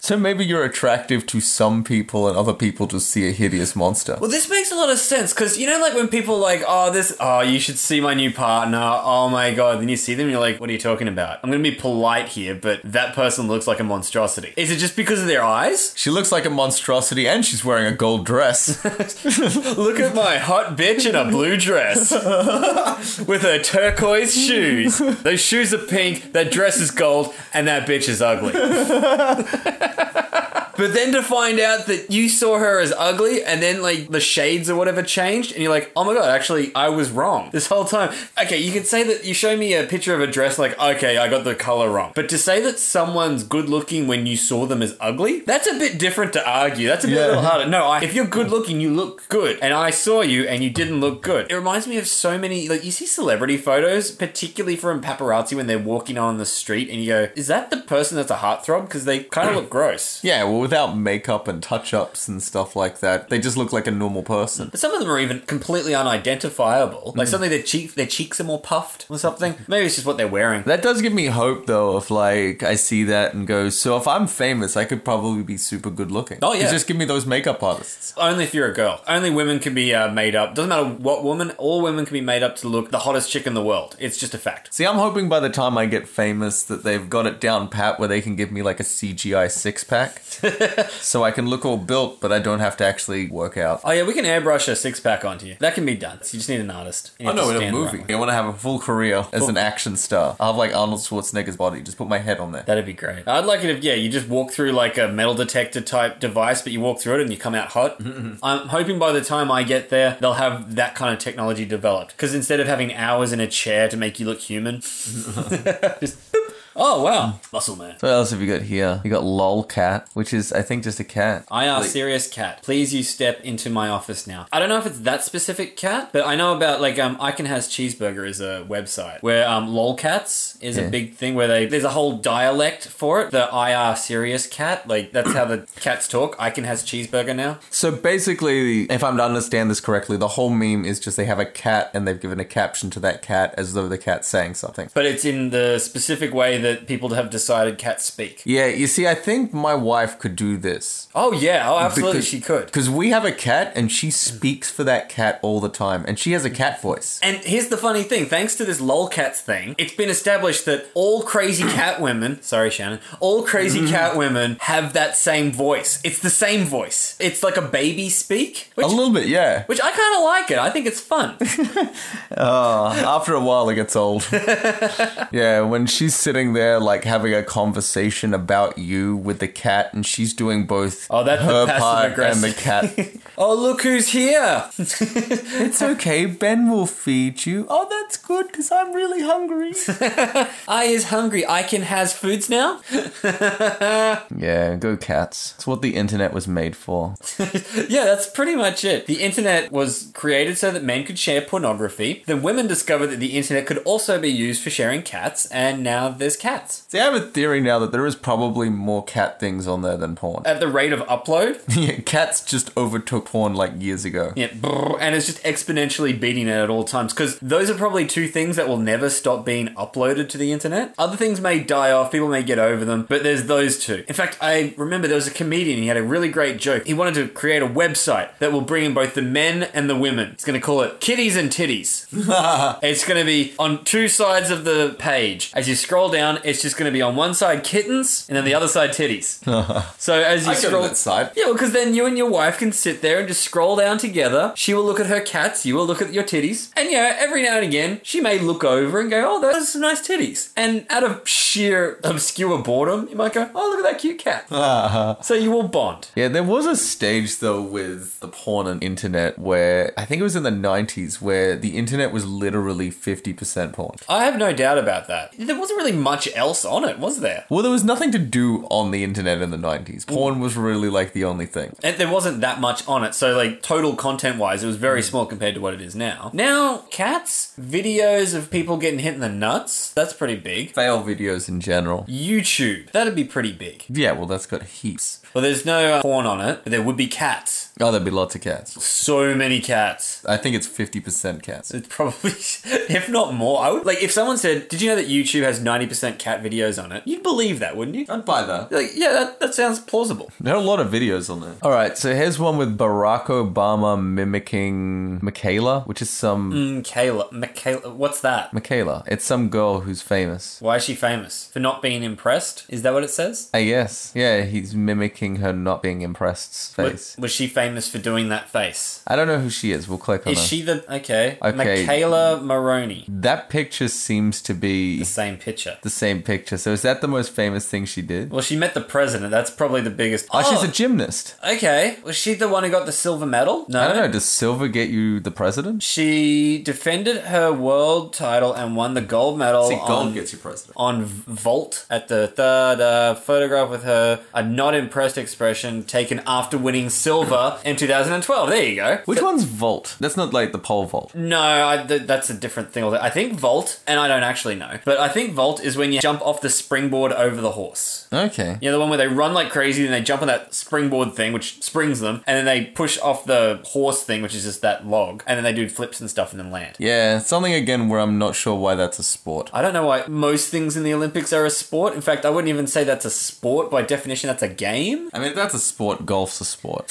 Speaker 5: So maybe you're attractive to some people and other people just see a hideous monster.
Speaker 2: Well, this makes a lot of sense because you know, like when people are like, oh, this, oh, you should see my new partner. Oh my god. Then you see them, and you're like, what are you talking about? I'm gonna be polite here, but that person looks like a monstrosity. Is it just because of their eyes?
Speaker 5: She looks like a monstrosity and she's wearing a gold dress.
Speaker 2: Look at my hot bitch in a blue dress with her turquoise shoes. Those shoes are pink. That dress is gold, and that bitch is ugly. But then to find out that you saw her as ugly and then like the shades or whatever changed and you're like, oh my god, actually I was wrong this whole time. Okay, you could say that you show me a picture of a dress like, okay, I got the color wrong. But to say that someone's good looking when you saw them as ugly, that's a bit different to argue. That's a bit a
Speaker 5: Yeah.
Speaker 2: little harder. No, I, if you're good looking, you look good. And I saw you and you didn't look good. It reminds me of so many, like you see celebrity photos, particularly from paparazzi when they're walking on the street and you go, is that the person that's a heartthrob? Because they kind of look gross.
Speaker 5: yeah, well, without makeup and touch ups and stuff like that, they just look like a normal person.
Speaker 2: But some of them are even completely unidentifiable.
Speaker 5: Hmm.
Speaker 2: Like suddenly their cheek, their cheeks are more puffed or something. Maybe it's just what they're wearing.
Speaker 5: That does give me hope, though, if like I see that and go, so if I'm famous, I could probably be super good looking.
Speaker 2: Oh, yeah.
Speaker 5: Just give me those makeup artists.
Speaker 2: Only if you're a girl. Only women can be uh, made up. Doesn't matter what woman. All women can be made up to look the hottest chick in the world. It's just a fact.
Speaker 5: See, I'm hoping by the time I get famous that they've got it down pat where they can give me like a CGI six pack, so I can look all built, but I don't have to actually work out.
Speaker 2: Oh yeah, we can airbrush a six pack onto you. That can be done. So you just need an artist. You
Speaker 5: I
Speaker 2: have to
Speaker 5: know in a
Speaker 2: stand the
Speaker 5: movie.
Speaker 2: right way.
Speaker 5: I want to have a full career as an action star. I'll have like Arnold Schwarzenegger's body. Just put my head on there.
Speaker 2: That'd be great. I'd like it if yeah, you just walk through like a metal detector type device, but you walk through it and you come out hot. I'm hoping by the time I get there, they'll have that kind of technology developed. Because instead of having hours in a chair to make you look human, just boop. oh wow, muscle man.
Speaker 5: What else have you got here? You got lolcat, which is I think just a cat.
Speaker 2: I are serious cat. Please, you step into my office now. I don't know if it's that specific cat, but I know about like um, I can has cheeseburger is a website where um, lolcats is
Speaker 5: Yeah.
Speaker 2: a big thing where they there's a whole dialect for it. The IR serious cat, like that's how the cats talk. I can has cheeseburger now.
Speaker 5: So basically, if I'm to understand this correctly, the whole meme is just they have a cat and they've given a caption to that cat as though the cat's saying something.
Speaker 2: But it's in the specific way that people have decided cats speak.
Speaker 5: Yeah, you see, I think my wife could do this.
Speaker 2: Oh yeah, oh absolutely, she could.
Speaker 5: Because we have a cat and she speaks for that cat all the time and she has a cat voice.
Speaker 2: And here's the funny thing: thanks to this lolcats thing, it's been established that all crazy cat women, sorry Shannon, all crazy cat women have that same voice. It's the same voice. It's like a baby speak, which,
Speaker 5: A little bit, yeah.
Speaker 2: which I kind of like it. I think it's fun.
Speaker 5: After a while, it gets old. yeah, when she's sitting there, like having a conversation about you with the cat, and she's doing both
Speaker 2: Oh, that's the
Speaker 5: her
Speaker 2: passive
Speaker 5: part and
Speaker 2: aggressive.
Speaker 5: the cat.
Speaker 2: oh look who's here!
Speaker 5: it's okay, Ben will feed you. Oh, that's good because I'm really hungry.
Speaker 2: I is hungry. I can has foods now.
Speaker 5: yeah, go cats. It's what the internet was made for.
Speaker 2: Yeah, that's pretty much it. The internet was created so that men could share pornography. Then women discovered that the internet could also be used for sharing cats, and now there's cats.
Speaker 5: See, I have a theory now that there is probably more cat things on there than porn.
Speaker 2: At the rate of upload,
Speaker 5: yeah, cats just overtook porn like years ago.
Speaker 2: Yeah, brrr, and it's just exponentially beating it at all times because those are probably two things that will never stop being uploaded to the internet. Other things may die off, people may get over them, but there's those two. In fact, I remember there was a comedian, he had a really great joke. He wanted to create a website that will bring in both the men and the women. He's going to call it Kitties and Titties. It's going to be on two sides of the page. As you scroll down, it's just going to be on one side kittens and then the other side titties. so as you
Speaker 5: I go to
Speaker 2: scroll
Speaker 5: that side.
Speaker 2: yeah, because then you and your wife can sit there and just scroll down together. She will look at her cats, you will look at your titties. And yeah, every now and again, she may look over and go, oh, those are some nice titties. And out of sheer obscure boredom, you might go, oh, look at that cute cat. So you will bond.
Speaker 5: Yeah, there was a stage though with the porn and internet where I think it was in the 90s where the internet was literally 50% porn.
Speaker 2: I have no doubt about that. There wasn't really much else on it, was there?
Speaker 5: Well, there was nothing to do on the internet in the 90s. Porn was really like the only thing.
Speaker 2: And there wasn't that much on it. So, like, total content wise, it was very small compared to what it is now. Now, cats, videos of people getting hit in the nuts, that's pretty big.
Speaker 5: Fail videos in general.
Speaker 2: YouTube, that'd be pretty big.
Speaker 5: Yeah, well, that's got heaps.
Speaker 2: Well, there's no uh, porn on it, but there would be cats.
Speaker 5: Oh, there'd be lots of cats.
Speaker 2: So many cats.
Speaker 5: I think it's 50% cats.
Speaker 2: It's probably, if not more, I would like if someone said, "Did you know that YouTube has ninety percent cat videos on it?" You'd believe that, wouldn't you?
Speaker 5: I'd buy that.
Speaker 2: Like, yeah, that, that sounds plausible.
Speaker 5: There are a lot of videos on there. All right, so here's one with Barack Obama mimicking Michaela, which is some
Speaker 2: Michaela, Michaela, Mm, what's that?
Speaker 5: Michaela. It's some girl who's famous.
Speaker 2: Why is she famous for not being impressed? Is that what it says?
Speaker 5: I guess. Yeah, he's mimicking her not being impressed face.
Speaker 2: Was, was she famous for doing that face?
Speaker 5: I don't know who she is. We'll click on
Speaker 2: Is
Speaker 5: her.
Speaker 2: she the okay?
Speaker 5: Okay.
Speaker 2: Michaela Maroney.
Speaker 5: that picture seems to be
Speaker 2: The same picture.
Speaker 5: the same picture. So is that the most famous thing she did?
Speaker 2: Well, she met the president. That's probably the biggest.
Speaker 5: Oh, she's a gymnast.
Speaker 2: okay. Was she the one who got the silver medal? No.
Speaker 5: I don't know. Does silver get you the president?
Speaker 2: She defended her world title and won the gold medal. on-
Speaker 5: you president.
Speaker 2: on Vault at the third uh, photograph with her a not impressed expression taken after winning silver in 2012. There you go.
Speaker 5: Which one's vault? That's not like the pole vault.
Speaker 2: No, I, th- that's a different thing. I think Vault, and I don't actually know, but I think Vault is when you jump off the springboard over the horse.
Speaker 5: Okay.
Speaker 2: You know, the one where they run like crazy and they jump on that springboard thing, which springs them, and then they push off the horse thing, which is just that log, and then they do flips and stuff and then land.
Speaker 5: Yeah, something again where I'm not sure why that's a sport.
Speaker 2: I don't know why most things in the Olympics are a sport. In fact, I wouldn't even say that's a sport. By definition, that's a game.
Speaker 5: I mean, if that's a sport, golf's a sport.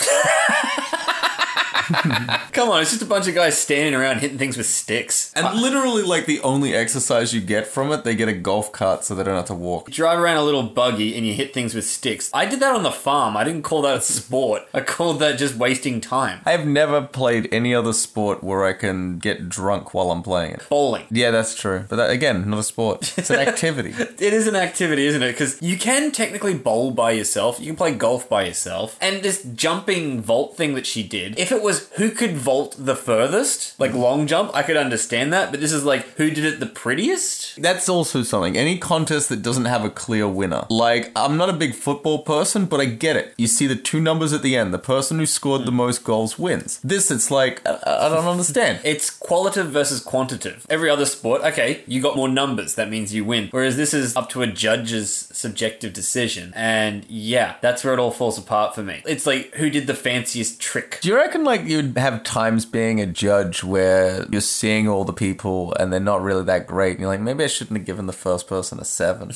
Speaker 2: Come on, it's just a bunch of guys standing around hitting things with sticks. And
Speaker 5: And literally, like, the only exercise you get from it, they get a golf cart so they don't have to walk.
Speaker 2: drive around a little buggy and you hit things with sticks. I did that on the farm. I didn't call that a sport. I called that just wasting time.
Speaker 5: I have never played any other sport where I can get drunk while I'm playing it.
Speaker 2: Bowling.
Speaker 5: Yeah, that's true. But that, again, not a sport. It's an activity.
Speaker 2: It is an activity, isn't it? Because you can technically bowl by yourself. You can play golf by yourself. And this jumping vault thing that she did, if it was who could vault the furthest, like long jump, I could understand that. But this is like who did it the prettiest?
Speaker 5: That's also something. Any contest that doesn't have a clear winner. Like, I'm not a big football person, but I get it. You see the two numbers at the end. The person who scored the most goals wins. This, it's like, I, I don't understand.
Speaker 2: It's qualitative versus quantitative. Every other sport, okay, you got more numbers, that means you win. Whereas this is up to a judge's subjective decision. And yeah, that's where it all falls apart for me. It's like who did the fanciest trick?
Speaker 5: Do you reckon like you'd have times being a judge where you're seeing all the people and they're not really that great, and you're like, maybe I shouldn't have given the first person a seven.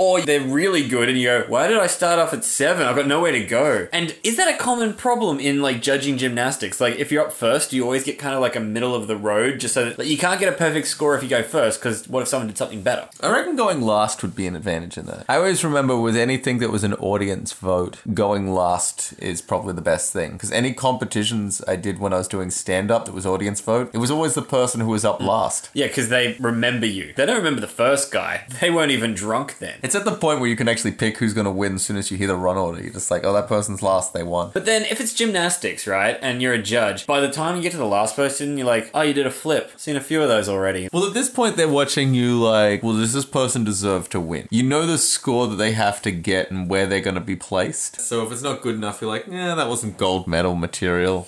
Speaker 2: Or they're really good and you go, why did I start off at seven? I've got nowhere to go. And is that a common problem in like judging gymnastics? Like if you're up first, you always get kind of like a middle of the road just so that like, you can't get a perfect score if you go first because what if someone did something better?
Speaker 5: I reckon going last would be an advantage in that. I always remember with anything that was an audience vote, going last is probably the best thing because any competitions I did when I was doing stand up that was audience vote, it was always the person who was up last.
Speaker 2: Yeah, because they remember you. They don't remember the first guy. They weren't even drunk then.
Speaker 5: It's at the point where you can actually pick who's going to win as soon as you hear the run order. You're just like, oh, that person's last, they won.
Speaker 2: But then if it's gymnastics, right, and you're a judge, by the time you get to the last person, you're like, oh, you did a flip. Seen a few of those already.
Speaker 5: Well, at this point, they're watching you like, well, does this person deserve to win? You know the score that they have to get and where they're going to be placed. So if it's not good enough, you're like, yeah, that wasn't gold medal material.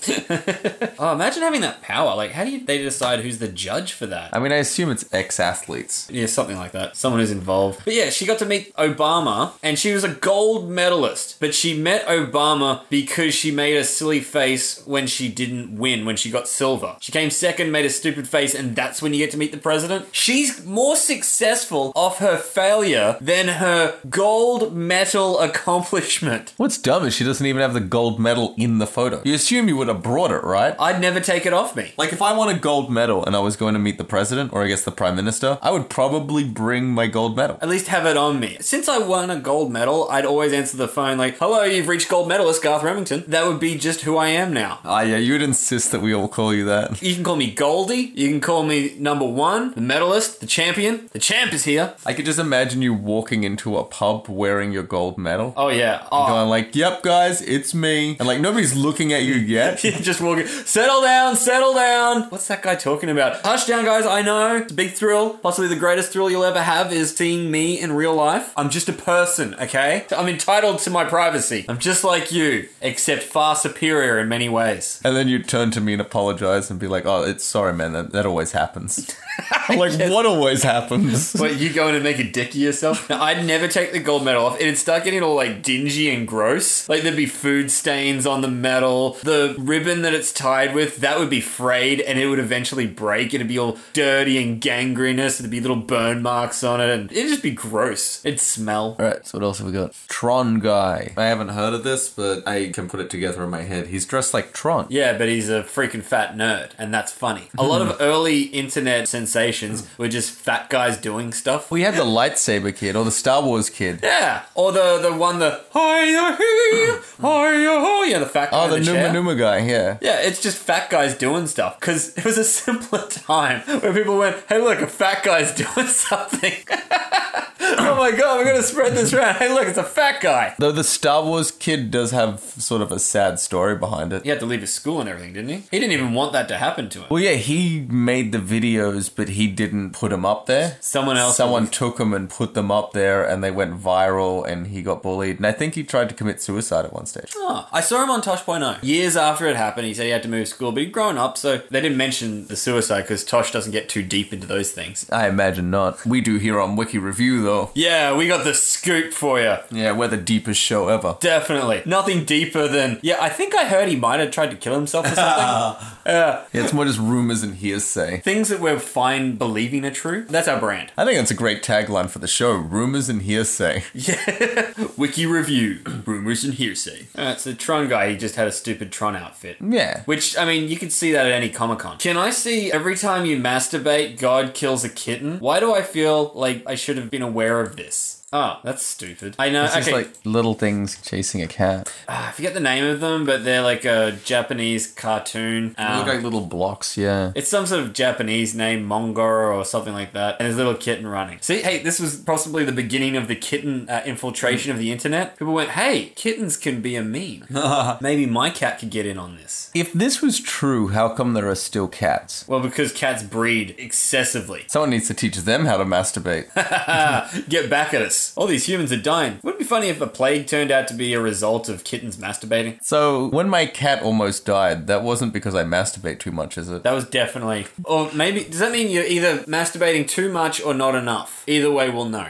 Speaker 2: Oh, imagine having that power. Like, how do you, they decide who's the judge for that?
Speaker 5: I mean, I assume it's ex athletes.
Speaker 2: Yeah, something like that. Someone who's involved. But yeah, she got to meet Obama, and she was a gold medalist. But she met Obama because she made a silly face when she didn't win, when she got silver. She came second, made a stupid face, and that's when you get to meet the president. She's more successful off her failure than her gold medal accomplishment.
Speaker 5: What's dumb is she doesn't even have the gold medal in the photo. You assume you would have brought it, right?
Speaker 2: I'd never take it off me.
Speaker 5: Like, if I won a gold medal and I was going to meet the president, or I guess the prime minister, I would probably bring my gold medal.
Speaker 2: At least have it on on me. Since I won a gold medal, I'd always answer the phone like, hello, you've reached gold medalist Garth Remington. That would be just who I am now.
Speaker 5: Ah, yeah, you would insist that we all call you that.
Speaker 2: You can call me Goldie. You can call me number one, the medalist, the champion. The champ is here.
Speaker 5: I could just imagine you walking into a pub wearing your gold medal.
Speaker 2: Oh yeah. Oh.
Speaker 5: Going like, yep, guys, it's me. And like, nobody's looking at you yet.
Speaker 2: Yeah, just walking. Settle down, settle down. What's that guy talking about? Hush down, guys. I know. It's a big thrill. Possibly the greatest thrill you'll ever have is seeing me in real life. I'm just a person, okay? I'm entitled to my privacy. I'm just like you, except far superior in many ways.
Speaker 5: And then you turn to me and apologize and be like, oh, it's sorry, man, that, that always happens. I'm like, what always happens?
Speaker 2: But you go in and make a dick of yourself? No, I'd never take the gold medal off. It'd start getting all like dingy and gross. Like there'd be food stains on the medal. The ribbon that it's tied with, that would be frayed and it would eventually break. It'd be all dirty and gangrenous. There'd be little burn marks on it and it'd just be gross. It'd smell.
Speaker 5: All right, so what else have we got? Tron guy. I haven't heard of this, but I can put it together in my head. He's dressed like Tron.
Speaker 2: Yeah, but he's a freaking fat nerd, and that's funny. A lot of early internet sensations were just fat guys doing stuff.
Speaker 5: We had the lightsaber kid or the Star Wars kid.
Speaker 2: Yeah, or the the one the hiya hiya hiya hiya the fat guy.
Speaker 5: Oh, the
Speaker 2: in the
Speaker 5: Numa
Speaker 2: chair.
Speaker 5: Numa guy, yeah.
Speaker 2: Yeah, it's just fat guys doing stuff because it was a simpler time where people went, "Hey, look, a fat guy's doing something." oh my god, we're gonna spread this around. Hey, look, it's a fat guy.
Speaker 5: Though the Star Wars kid does have sort of a sad story behind it.
Speaker 2: He had to leave his school and everything, didn't he? He didn't even want that to happen to him.
Speaker 5: Well, yeah, he made the videos, but he didn't put them up there.
Speaker 2: Someone else-
Speaker 5: Someone took them and put them up there, and they went viral, and he got bullied. And I think he tried to commit suicide at one stage.
Speaker 2: Oh, I saw him on Tosh.0. Years after it happened, he said he had to move school, but he'd grown up, so they didn't mention the suicide because Tosh doesn't get too deep into those things.
Speaker 5: I imagine not. We do here on Wiki Review, though.
Speaker 2: Yeah, we got the scoop for you.
Speaker 5: Yeah, we're the deepest show ever.
Speaker 2: Definitely. Nothing deeper than, yeah, I think I heard he might have tried to kill himself or something.
Speaker 5: Yeah, it's more just rumors and hearsay.
Speaker 2: Things that we're fine believing are true. That's our brand.
Speaker 5: I think that's a great tagline for the show: rumors and hearsay.
Speaker 2: Wiki review, rumors and hearsay. Alright, so Tron guy, he just had a stupid Tron outfit.
Speaker 5: Yeah.
Speaker 2: Which, I mean, you could see that at any Comic Con. Can I see every time you masturbate, God kills a kitten? Why do I feel like I should have been aware of this? Oh, that's stupid. I know.
Speaker 5: It's
Speaker 2: okay, Ah,
Speaker 5: just like little things chasing a cat.
Speaker 2: I forget the name of them, but they're like a Japanese cartoon.
Speaker 5: They
Speaker 2: Um,
Speaker 5: look like little blocks, yeah.
Speaker 2: it's some sort of Japanese name, Mongor or something like that, and there's a little kitten running. See, hey, this was possibly the beginning of the kitten uh, infiltration of the internet. People went, hey, kittens can be a meme. Maybe my cat could get in on this.
Speaker 5: If this was true, how come there are still cats?
Speaker 2: Well, because cats breed excessively.
Speaker 5: Someone needs to teach them how to masturbate.
Speaker 2: Get back at us. All these humans are dying. Wouldn't it be funny if a plague turned out to be a result of kittens masturbating?
Speaker 5: So when my cat almost died, that wasn't because I masturbate too much, is it?
Speaker 2: That was definitely. Or maybe. Does that mean you're either masturbating too much or not enough? Either way, we'll know.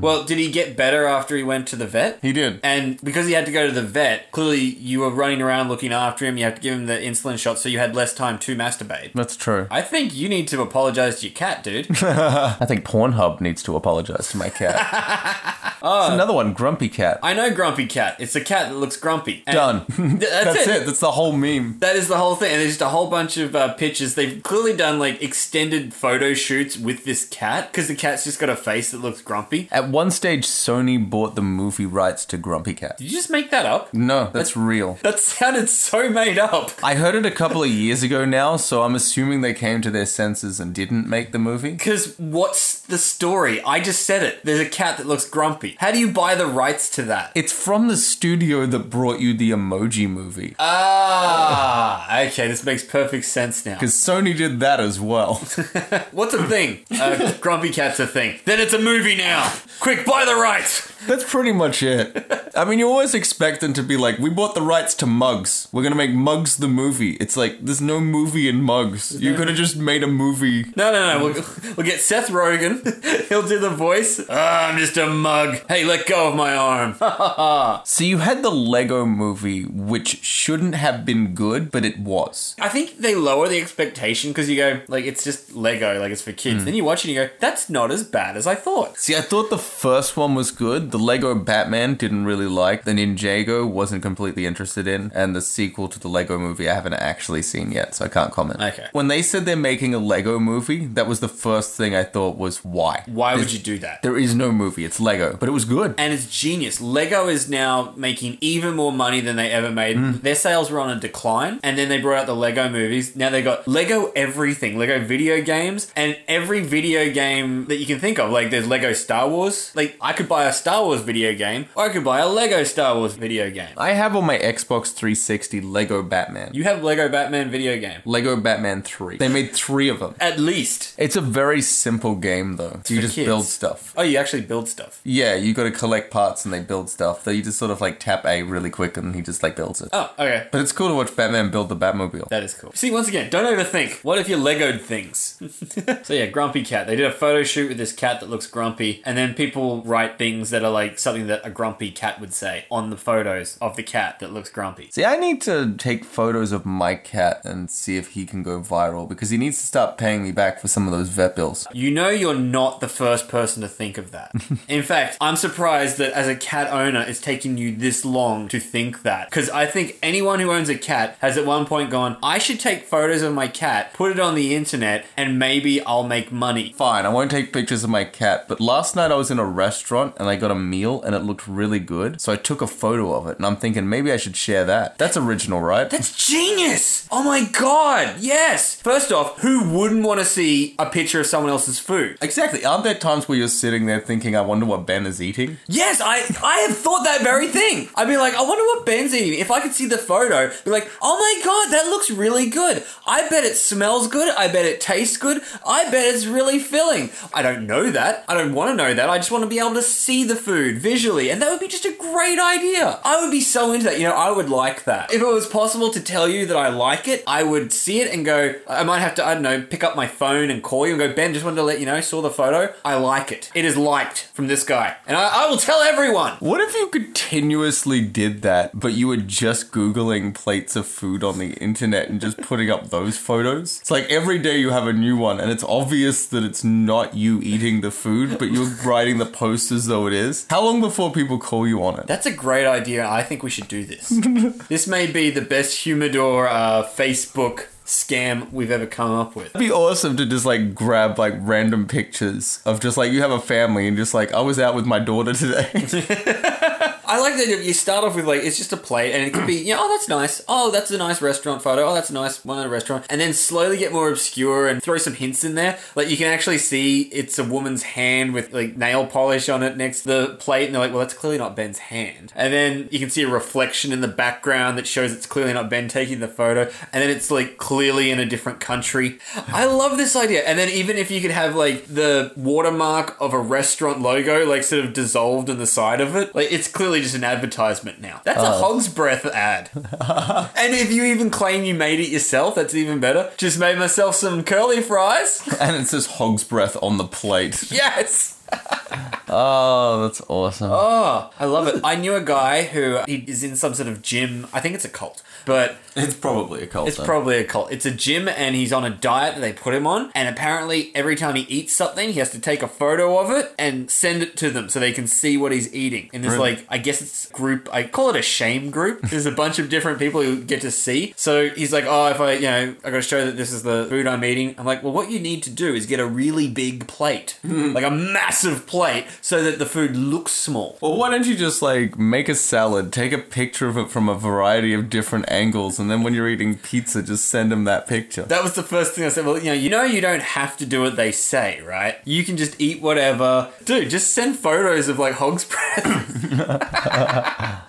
Speaker 2: well, did he get better after he went to the vet?
Speaker 5: He did.
Speaker 2: And because he had to go to the vet, clearly you were running around looking after him. You have to give him the insulin shot, so you had less time to masturbate.
Speaker 5: That's true.
Speaker 2: I think you need to apologize to your cat, dude.
Speaker 5: I think Pornhub needs to apologize to my cat.
Speaker 2: Oh.
Speaker 5: It's another one, Grumpy Cat.
Speaker 2: I know Grumpy Cat. It's a cat that looks grumpy. And
Speaker 5: Done.
Speaker 2: Th- that's,
Speaker 5: That's
Speaker 2: it.
Speaker 5: it. That's the whole meme.
Speaker 2: That is the whole thing. And there's just a whole bunch of uh, pictures. They've clearly done like extended photo shoots with this cat because the cat's just got a face that looks grumpy.
Speaker 5: At one stage, Sony bought the movie rights to Grumpy Cat.
Speaker 2: Did you just make that up?
Speaker 5: No, that's real.
Speaker 2: That sounded so made up.
Speaker 5: I heard it a couple of years ago now, so I'm assuming they came to their senses and didn't make the movie.
Speaker 2: Because what's the story? I just said it. There's a cat that looks grumpy. How do you buy the rights to that?
Speaker 5: It's from the studio that brought you the emoji movie.
Speaker 2: Ah, okay, this makes perfect sense now.
Speaker 5: Because Sony did that as well.
Speaker 2: What's a thing? Uh, grumpy cat's a thing. Then it's a movie now. Quick, buy the rights.
Speaker 5: That's pretty much it. I mean, you always expect them to be like, we bought the rights to Mugs. We're going to make Mugs the movie. It's like, there's no movie in Mugs. You could have just made a movie.
Speaker 2: No, no, no. We'll, we'll get Seth Rogen. He'll do the voice. Ah, I'm just a mug. Hey, let go of my arm.
Speaker 5: So you had the Lego movie, which shouldn't have been good, but it was.
Speaker 2: I think they lower the expectation because you go, like, it's just Lego, like, it's for kids. Then you watch it and you go, that's not as bad as I thought.
Speaker 5: See, I thought the first one was good. The Lego Batman didn't really like. The Ninjago wasn't completely interested in. And the sequel to the Lego movie I haven't actually seen yet, so I can't comment.
Speaker 2: Okay.
Speaker 5: When they said they're making a Lego movie, that was the first thing I thought was why.
Speaker 2: Why would you do that?
Speaker 5: There is no movie. It's Lego, but it was good.
Speaker 2: and it's genius. Lego is now making even more money than they ever made. Their sales were on a decline, and then they brought out the Lego movies. Now they got Lego everything, Lego video games, and every video game that you can think of. Like there's Lego Star Wars. Like I could buy a Star Wars video game, or I could buy a Lego Star Wars video game.
Speaker 5: I have on my Xbox 360 Lego Batman.
Speaker 2: You have Lego Batman video game.
Speaker 5: Lego Batman 3. They made three of them.
Speaker 2: At least.
Speaker 5: It's a very simple game though. you
Speaker 2: for
Speaker 5: just
Speaker 2: kids.
Speaker 5: build stuff.
Speaker 2: Oh, you actually build stuff.
Speaker 5: Yeah, you got to collect parts and they build stuff. So you just sort of like tap A really quick and he just like builds it.
Speaker 2: Oh, okay.
Speaker 5: But it's cool to watch Batman build the Batmobile.
Speaker 2: That is cool. See, once again, don't overthink. What if you Legoed things? so yeah, grumpy cat. They did a photo shoot with this cat that looks grumpy, and then people write things that are like something that a grumpy cat would say on the photos of the cat that looks grumpy.
Speaker 5: See, I need to take photos of my cat and see if he can go viral because he needs to start paying me back for some of those vet bills.
Speaker 2: You know you're not the first person to think of that. In fact, I'm surprised that as a cat owner, it's taken you this long to think that. Because I think anyone who owns a cat has at one point gone, I should take photos of my cat, put it on the internet, and maybe I'll make money.
Speaker 5: Fine, I won't take pictures of my cat, but last night I was in a restaurant and I got a meal and it looked really good, so I took a photo of it and I'm thinking maybe I should share that. That's original, right?
Speaker 2: That's genius! Oh my god, yes! First off, who wouldn't want to see a picture of someone else's food?
Speaker 5: Exactly. Aren't there times where you're sitting there thinking, I wonder what Ben is eating?
Speaker 2: Yes, I I have thought that very thing. I'd be like, I wonder what Ben's eating. If I could see the photo, be like, oh my god, that looks really good. I bet it smells good. I bet it tastes good. I bet it's really filling. I don't know that. I don't want to know that. I just want to be able to see the food visually, and that would be just a great idea. I would be so into that. You know, I would like that. If it was possible to tell you that I like it, I would see it and go. I might have to, I don't know, pick up my phone and call you and go, Ben, just wanted to let you know, saw the photo. I like it. It is liked from this guy, and I, I will tell everyone.
Speaker 5: What if you continuously did that, but you were just Googling plates of food on the internet and just putting up those photos? It's like every day you have a new one, and it's obvious that it's not you eating the food, but you're writing the post as though it is. How long before people call you on it?
Speaker 2: That's a great idea. I think we should do this. this may be the best humidor uh, Facebook scam we've ever come up with.
Speaker 5: It'd be awesome to just like grab like random pictures of just like you have a family and just like I was out with my daughter today.
Speaker 2: I like that you start off with like it's just a plate, and it could be you know, oh that's nice, oh that's a nice restaurant photo, oh that's a nice one at a restaurant, and then slowly get more obscure and throw some hints in there. Like you can actually see it's a woman's hand with like nail polish on it next to the plate, and they're like, well that's clearly not Ben's hand. And then you can see a reflection in the background that shows it's clearly not Ben taking the photo, and then it's like clearly in a different country. I love this idea. And then even if you could have like the watermark of a restaurant logo like sort of dissolved on the side of it, like it's clearly just an advertisement now. That's a Hog's Breath ad. and if you even claim you made it yourself, that's even better. Just made myself some curly fries.
Speaker 5: and it says hog's breath on the plate.
Speaker 2: yes.
Speaker 5: Oh, that's awesome.
Speaker 2: I love it. I knew a guy who he is in some sort of gym. I think it's a cult, but
Speaker 5: it's probably a cult.
Speaker 2: It's probably a cult. It's a gym, and he's on a diet that they put him on. And apparently, every time he eats something, he has to take a photo of it and send it to them so they can see what he's eating. And this,
Speaker 5: Really?
Speaker 2: like, I guess it's group. I call it a shame group. There's a bunch of different people who get to see. So he's like, oh, if I, you know, I got to show that this is the food I'm eating. I'm like, well, what you need to do is get a really big plate, like a massive plate, so that the food looks small.
Speaker 5: Well, why don't you just like make a salad, take a picture of it from a variety of different angles, and then when you're eating pizza, just send them that picture.
Speaker 2: That was the first thing I said. Well, you know, you know, you don't have to do what they say, right? You can just eat whatever, dude. Just send photos of like hog's breath.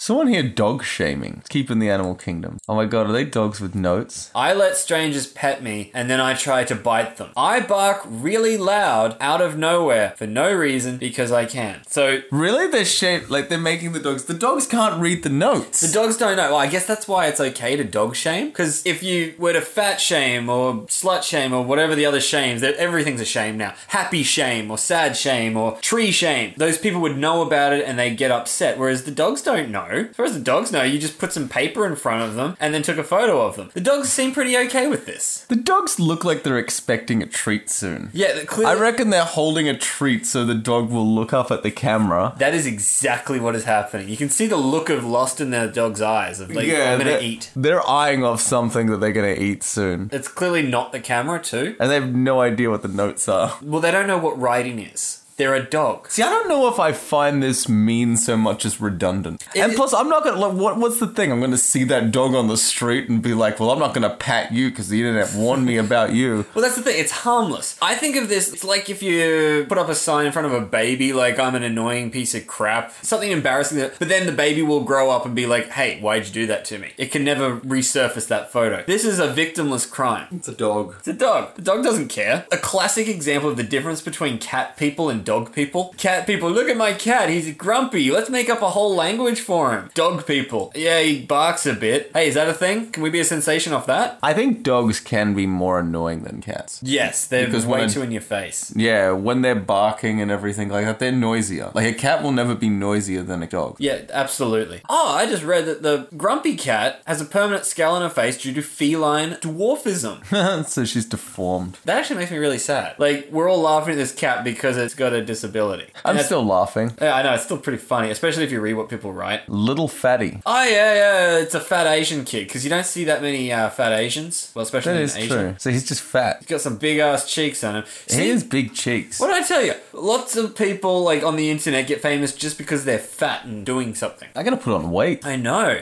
Speaker 5: Someone here dog shaming. It's keeping the animal kingdom. Oh my god, are they dogs with notes?
Speaker 2: I let strangers pet me, and then I try to bite them. I bark really loud out of nowhere for no reason because I can. So
Speaker 5: Really? They're shaped like they're making the dogs. The dogs can't read the notes.
Speaker 2: The dogs don't know. Well, I guess that's why it's okay to dog shame. Because if you were to fat shame or slut shame or whatever the other shames, that everything's a shame now. Happy shame or sad shame or tree shame. Those people would know about it and they get upset. Whereas the dogs don't know. As far as the dogs know, you just put some paper in front of them and then took a photo of them. The dogs seem pretty okay with this.
Speaker 5: the dogs look like they're expecting a treat soon.
Speaker 2: Yeah, the-
Speaker 5: I
Speaker 2: clearly.
Speaker 5: reckon they're holding a treat so the dog will look up at the camera.
Speaker 2: that is exactly what is happening. You can see the look of lost in the dog's eyes of like, I'm gonna
Speaker 5: they're,
Speaker 2: eat.
Speaker 5: They're eyeing off something that they're gonna eat soon.
Speaker 2: It's clearly not the camera, too.
Speaker 5: And they have no idea what the notes are.
Speaker 2: Well, they don't know what writing is. They're a dog.
Speaker 5: See, I don't know if I find this mean so much as redundant. and plus, I'm not gonna. Like, what, what's the thing? I'm gonna see that dog on the street and be like, "Well, I'm not gonna pat you because the internet warned me about you."
Speaker 2: Well, that's the thing. It's harmless. I think of this. It's like if you put up a sign in front of a baby, like "I'm an annoying piece of crap," something embarrassing. That, but then the baby will grow up and be like, "Hey, why'd you do that to me?" It can never resurface that photo. This is a victimless crime.
Speaker 5: It's a dog.
Speaker 2: It's a dog. The dog doesn't care. A classic example of the difference between cat people and dog people. Cat people, look at my cat. He's grumpy. Let's make up a whole language for him. Dog people. Yeah, he barks a bit. Hey, is that a thing? Can we be a sensation off that?
Speaker 5: I think dogs can be more annoying than cats.
Speaker 2: Yes, they're
Speaker 5: Because when
Speaker 2: way
Speaker 5: a-
Speaker 2: too in your face.
Speaker 5: Yeah, when they're barking and everything like that, they're noisier. Like a cat will never be noisier than a dog.
Speaker 2: Yeah, absolutely. Oh, I just read that the grumpy cat has a permanent scowl on her face due to feline dwarfism.
Speaker 5: so she's deformed.
Speaker 2: that actually makes me really sad. Like, we're all laughing at this cat because it's got a disability.
Speaker 5: I'm
Speaker 2: And it's-
Speaker 5: still laughing.
Speaker 2: Yeah, I know, it's still pretty funny, especially if you read what people write.
Speaker 5: Little fatty.
Speaker 2: Oh, yeah, yeah, it's a fat Asian kid, because you don't see that many uh, fat Asians. Well, especially
Speaker 5: That
Speaker 2: in
Speaker 5: is
Speaker 2: Asia.
Speaker 5: true. So he's just fat.
Speaker 2: He's got some big ass cheeks on him.
Speaker 5: He
Speaker 2: See,
Speaker 5: has big cheeks.
Speaker 2: What did I tell you? Lots of people, like, on the internet get famous just because they're fat and doing something.
Speaker 5: I gotta put on weight.
Speaker 2: I know.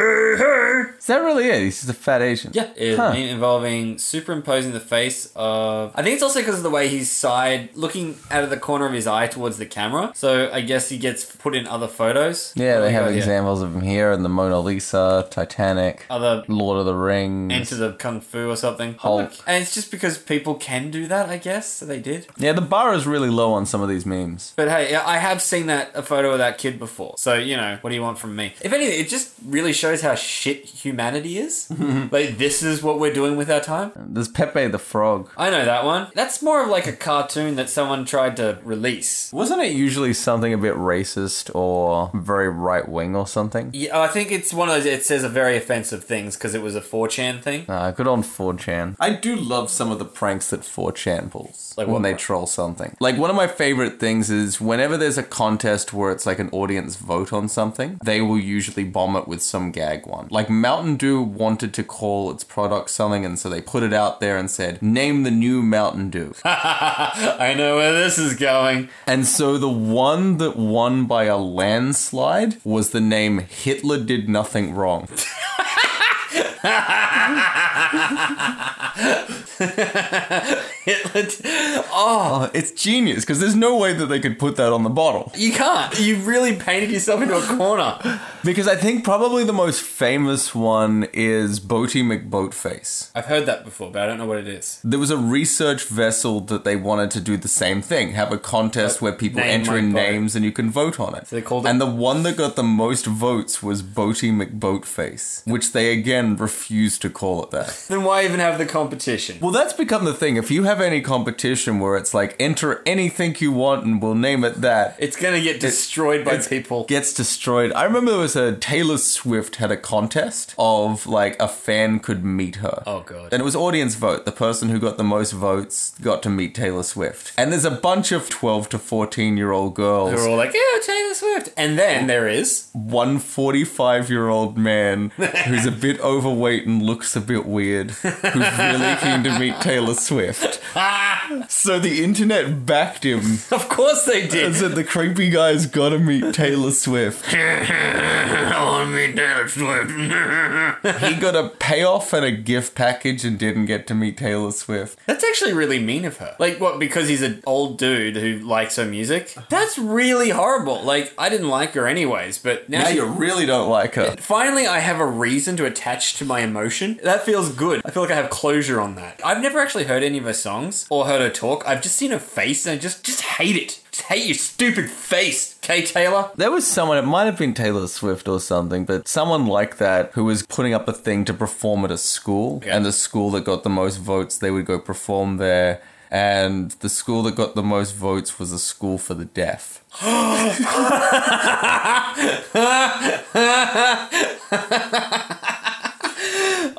Speaker 5: Is that really it? He's just a fat Asian.
Speaker 2: Yeah, it's
Speaker 5: Huh.
Speaker 2: involving superimposing the face of. I think it's also because of the way he's side looking out of the corner of his eye towards the camera. So I guess he gets put in other photos.
Speaker 5: Yeah, they
Speaker 2: Like,
Speaker 5: have
Speaker 2: uh, yeah,
Speaker 5: examples of him here in the Mona Lisa, Titanic,
Speaker 2: Other
Speaker 5: Lord of the Rings.
Speaker 2: Enter the Kung Fu or something.
Speaker 5: Hulk.
Speaker 2: And it's just because people can do that, I guess. So they did.
Speaker 5: yeah, the bar is really low on some of these memes.
Speaker 2: But hey, I I have seen that a photo of that kid before. So you know, what do you want from me? If anything, it just really shows how shit humanity is. like this is what we're doing with our time.
Speaker 5: There's Pepe the Frog.
Speaker 2: I know that one. That's more of like a cartoon that someone tried to release.
Speaker 5: Wasn't it usually something a bit racist or very right wing or something?
Speaker 2: Yeah, I think it's one of those. It says a very offensive things because it was a 4chan thing.
Speaker 5: Ah, good on 4chan. I do love some of the pranks that 4chan pulls.
Speaker 2: Like
Speaker 5: Like
Speaker 2: what
Speaker 5: when they
Speaker 2: prank?
Speaker 5: troll something. Like one of my favorite things is whenever there's a contest where it's like an audience vote on something, they will usually bomb it with some gag one. Like Mountain Dew wanted to call its product something and so they put it out there and said, "Name the new Mountain Dew."
Speaker 2: I know where this is going.
Speaker 5: and so the one that won by a landslide was the name Hitler did nothing wrong.
Speaker 2: Ah. Hitler. d-
Speaker 5: Oh, it's genius because there's no way that they could put that on the bottle.
Speaker 2: You can't. You really painted yourself into a corner.
Speaker 5: Because I think probably the most famous one is Boaty McBoatface.
Speaker 2: I've heard that before, but I don't know what it is.
Speaker 5: There was a research vessel that they wanted to do the same thing, have a contest where people
Speaker 2: Name
Speaker 5: enter
Speaker 2: my
Speaker 5: in
Speaker 2: boat.
Speaker 5: names and you can vote on it.
Speaker 2: So they called it-
Speaker 5: and the one that got the most votes was Boaty McBoatface, which they again refused to call it that.
Speaker 2: Then why even have the competition?
Speaker 5: Well, that's become the thing. If you have any competition where it's like enter anything you want and we'll name it that,
Speaker 2: It's gonna get destroyed by
Speaker 5: it's-
Speaker 2: people.
Speaker 5: gets destroyed. I remember there was a Taylor Swift had a contest of like a fan could meet her.
Speaker 2: Oh, God.
Speaker 5: And it was audience vote. The person who got the most votes got to meet Taylor Swift. And there's a bunch of 12 to 14 year old girls.
Speaker 2: They're all like, "Yeah, Taylor Swift," and then there is.
Speaker 5: One 45 year old man who's a bit overweight and looks a bit weird who's really keen to meet Taylor Swift. So the internet backed him
Speaker 2: Of course they
Speaker 5: and
Speaker 2: did.
Speaker 5: said the creepy guy's gotta meet Taylor Swift.
Speaker 2: I want to meet Taylor Swift.
Speaker 5: he got a payoff and a gift package and didn't get to meet Taylor Swift.
Speaker 2: That's actually really mean of her. Like, what, because he's an old dude who likes her music? That's really horrible. Like, I didn't like her anyways, but now,
Speaker 5: Now
Speaker 2: she-
Speaker 5: you really don't like her.
Speaker 2: Finally, I have a reason to attach to my emotion. That feels good. I feel like I have closure on that. I've never actually heard any of her songs or heard her talk. I've just seen her face and I just, just hate it. Just hate your stupid face, Kay Taylor.
Speaker 5: There was someone, it might have been Taylor Swift or something, but someone like that who was putting up a thing to perform at a school,
Speaker 2: Yeah.
Speaker 5: and the school that got the most votes, they would go perform there. And the school that got the most votes was a school for the deaf.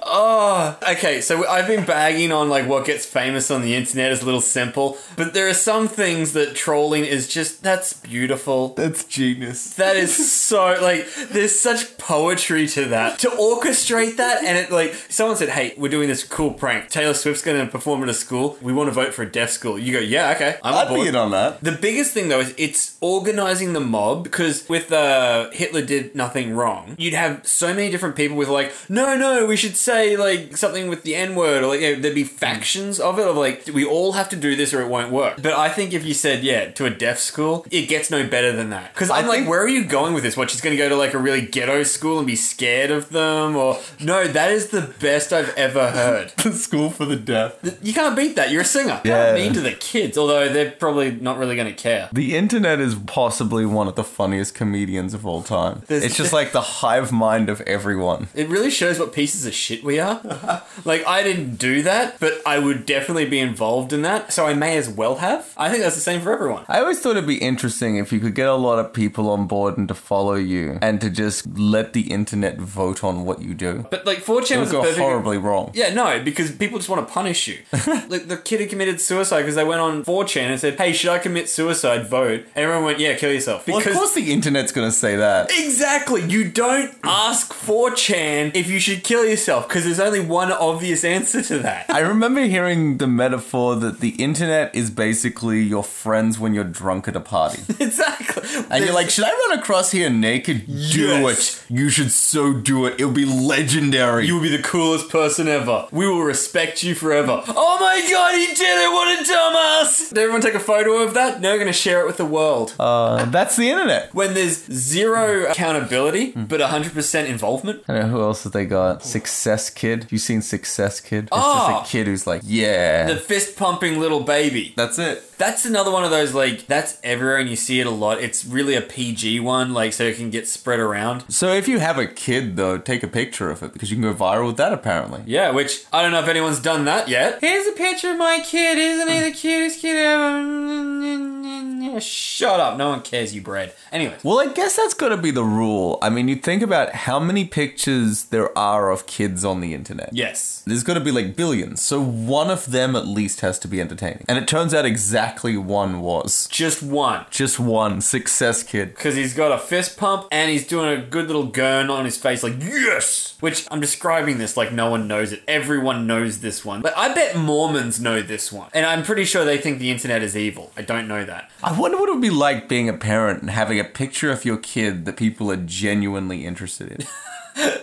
Speaker 2: Oh, okay, so I've been bagging on like what gets famous on the internet is a little simple, but there are some things that trolling is just that's beautiful.
Speaker 5: That's genius.
Speaker 2: That is so like there's such poetry to that. To orchestrate that and it like someone said, "Hey, we're doing this cool prank. Taylor Swift's going to perform at a school. We want to vote for a deaf school." You go, "Yeah, okay. I'm on
Speaker 5: I'd
Speaker 2: board."
Speaker 5: be in on that.
Speaker 2: The biggest thing though is it's organizing the mob because with uh, Hitler did nothing wrong. You'd have so many different people with like, no, no, we should say like something with the N word or like you know, there'd be factions of it of like we all have to do this or it won't work. But I think if you said yeah to a deaf school, it gets no better than that because
Speaker 5: I
Speaker 2: I'm like,
Speaker 5: think-
Speaker 2: where are you going with this? What she's going to go to like a really ghetto school and be scared of them or no? That is the best I've ever heard.
Speaker 5: The school for the deaf.
Speaker 2: you can't beat that. You're a singer. You
Speaker 5: Yeah.
Speaker 2: can't mean to the kids, although they're probably not really going to care.
Speaker 5: The internet is possibly one of the funniest comedians of all time.
Speaker 2: There's-
Speaker 5: it's just like the hive mind of everyone.
Speaker 2: It really shows what pieces of shit we are. like, I didn't do that, but I would definitely be involved in that, so I may as well have. I think that's the same for everyone.
Speaker 5: I always thought it'd be interesting if you could get a lot of people on board and to follow you and to just let the internet vote on what you do.
Speaker 2: But, like, 4chan
Speaker 5: It
Speaker 2: was
Speaker 5: would
Speaker 2: a
Speaker 5: go
Speaker 2: perfect.
Speaker 5: horribly wrong.
Speaker 2: Yeah, no, because people just want to punish you. like, the kid who committed suicide because they went on 4chan and said, hey, should I commit suicide? Vote. And everyone went, yeah, kill yourself.
Speaker 5: Well,
Speaker 2: Because.
Speaker 5: of course the internet's gonna say that.
Speaker 2: Exactly. You don't ask 4chan if you should kill yourself because there's only one obvious answer to that.
Speaker 5: I remember hearing the metaphor that the internet is basically your friends when you're drunk at a party.
Speaker 2: exactly.
Speaker 5: And you're like, should I run across here naked? Do
Speaker 2: Yes.
Speaker 5: it. You should so do it. It'll be legendary.
Speaker 2: You will be the coolest person ever. We will respect you forever. Oh my god, he did it! What a dumbass! Did everyone take a photo of that? Now we're gonna share it with the world.
Speaker 5: Uh, that's the internet.
Speaker 2: when there's zero accountability, but 100% involvement.
Speaker 5: I don't know who else have they got. Success Kid. You seen Success Kid? It's
Speaker 2: Oh.
Speaker 5: just a kid who's like, yeah.
Speaker 2: The fist pumping little baby.
Speaker 5: that's it.
Speaker 2: That's another one of those, like, that's everywhere and you see it a lot. It's really a PG one, like, so it can get spread around.
Speaker 5: So if you have a kid though, take a picture of it because you can go viral with that apparently.
Speaker 2: Yeah, which I don't know if anyone's done that yet. Here's a picture of my kid. Isn't he the cutest kid ever? Shut up. No one cares, you bread. Anyways.
Speaker 5: Well, I guess that's got to be the rule. I mean, you think about how many pictures there are of kids on the internet.
Speaker 2: Yes.
Speaker 5: There's got to be like billions. So one of them at least has to be entertaining. And it turns out exactly one was.
Speaker 2: Just one.
Speaker 5: Just one success kid.
Speaker 2: Because he's got a fist pump and he's doing a good little gurn on his face, like, yes! Which I'm describing this like no one knows it. Everyone knows this one. But I bet Mormons know this one. And I'm pretty sure they think the internet is evil. I don't know that.
Speaker 5: I wonder what it would be like being a parent and having a picture of your kid that people are genuinely interested in.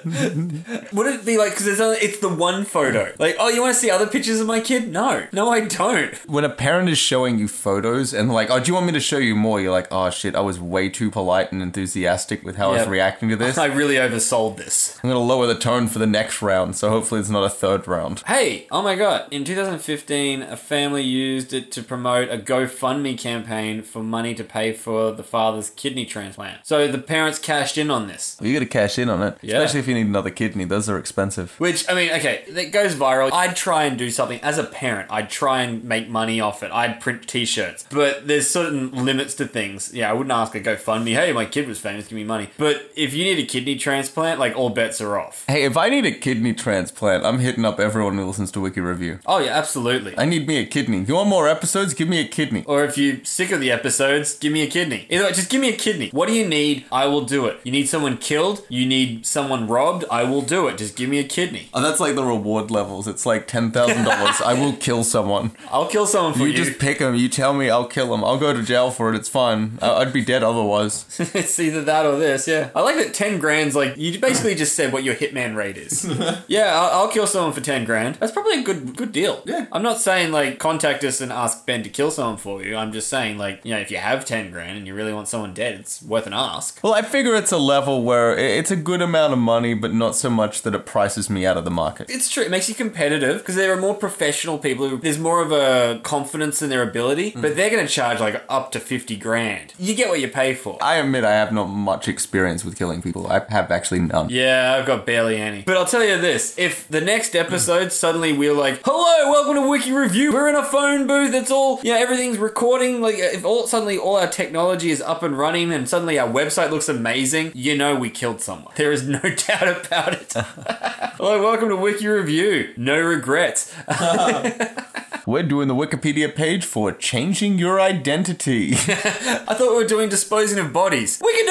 Speaker 2: Would it be like, because there's only, it's the one photo. Like, oh, you want to see other pictures of my kid? No. No, I don't.
Speaker 5: when a parent is showing you photos and like, oh, do you want me to show you more? You're like, oh shit, I was way too polite and enthusiastic with how I was
Speaker 2: Yeah.
Speaker 5: reacting to this.
Speaker 2: I
Speaker 5: I'm
Speaker 2: really oversold this.
Speaker 5: gonna lower the tone for the next round, so hopefully it's not a third round.
Speaker 2: Hey, oh my god. In 2015, a family used it to promote a GoFundMe campaign for money to pay for the father's kidney transplant. So the parents cashed in on this.
Speaker 5: Well, you gotta cash in on it,
Speaker 2: Yeah.
Speaker 5: especially if you need another kidney. Those are expensive.
Speaker 2: Which, I mean, okay, that goes viral. I'd try and do something as a parent. I'd try and make money off it. I'd print t shirts. But there's certain limits to things. Yeah, I wouldn't ask a GoFundMe, hey, my kid was famous, give me money. But if you need a kidney transplant, like all bets are off.
Speaker 5: Hey, if I need a kidney transplant, I'm hitting up everyone who listens to Wiki Review.
Speaker 2: Oh, yeah, absolutely.
Speaker 5: I need me a kidney. You want more episodes? Give me a kidney.
Speaker 2: Or if you're sick of the episodes, give me a kidney. Either way, just give me a kidney. What do you need? I will do it. You need someone killed? You need someone robbed? I will do it. Just give me a kidney.
Speaker 5: Oh, that's like the reward levels. It's like ten thousand dollars. I will kill someone.
Speaker 2: I'll kill someone for
Speaker 5: You
Speaker 2: you.
Speaker 5: just pick them. You tell me, I'll kill them. I'll go to jail for it. It's fine. I- I'd be dead otherwise.
Speaker 2: it's either that or this, yeah. I like that 10 grand's like, you basically just said what your hitman rate is. yeah, I'll, I'll kill someone for 10 grand. That's probably a good good deal.
Speaker 5: Yeah.
Speaker 2: I'm not saying like contact us and ask Ben to kill someone for you. I'm just saying like, you know, if you have 10 grand and you really want someone dead, it's worth an ask.
Speaker 5: Well, I figure it's a level where i- it's a good amount of money, but not so much that it prices me out of the market.
Speaker 2: It's true. It makes you competitive because there are more professional people. Who, there's more of a confidence in their ability, but they're going to charge like up to fifty grand. You get what you pay for.
Speaker 5: I admit I have not much experience with killing people. I have actually none.
Speaker 2: yeah, I've got barely any. But I'll tell you this: if the next episode suddenly we're like, "Hello, welcome to Wiki Review," we're in a phone booth. It's all yeah, everything's recording. Like if all suddenly all our technology is up and running, and suddenly our website looks amazing, you know we killed someone. There is no doubt about it. Hello, welcome to Wiki Review. No regrets.
Speaker 5: We're doing the Wikipedia page for changing your identity.
Speaker 2: I thought we were doing disposing of bodies. We can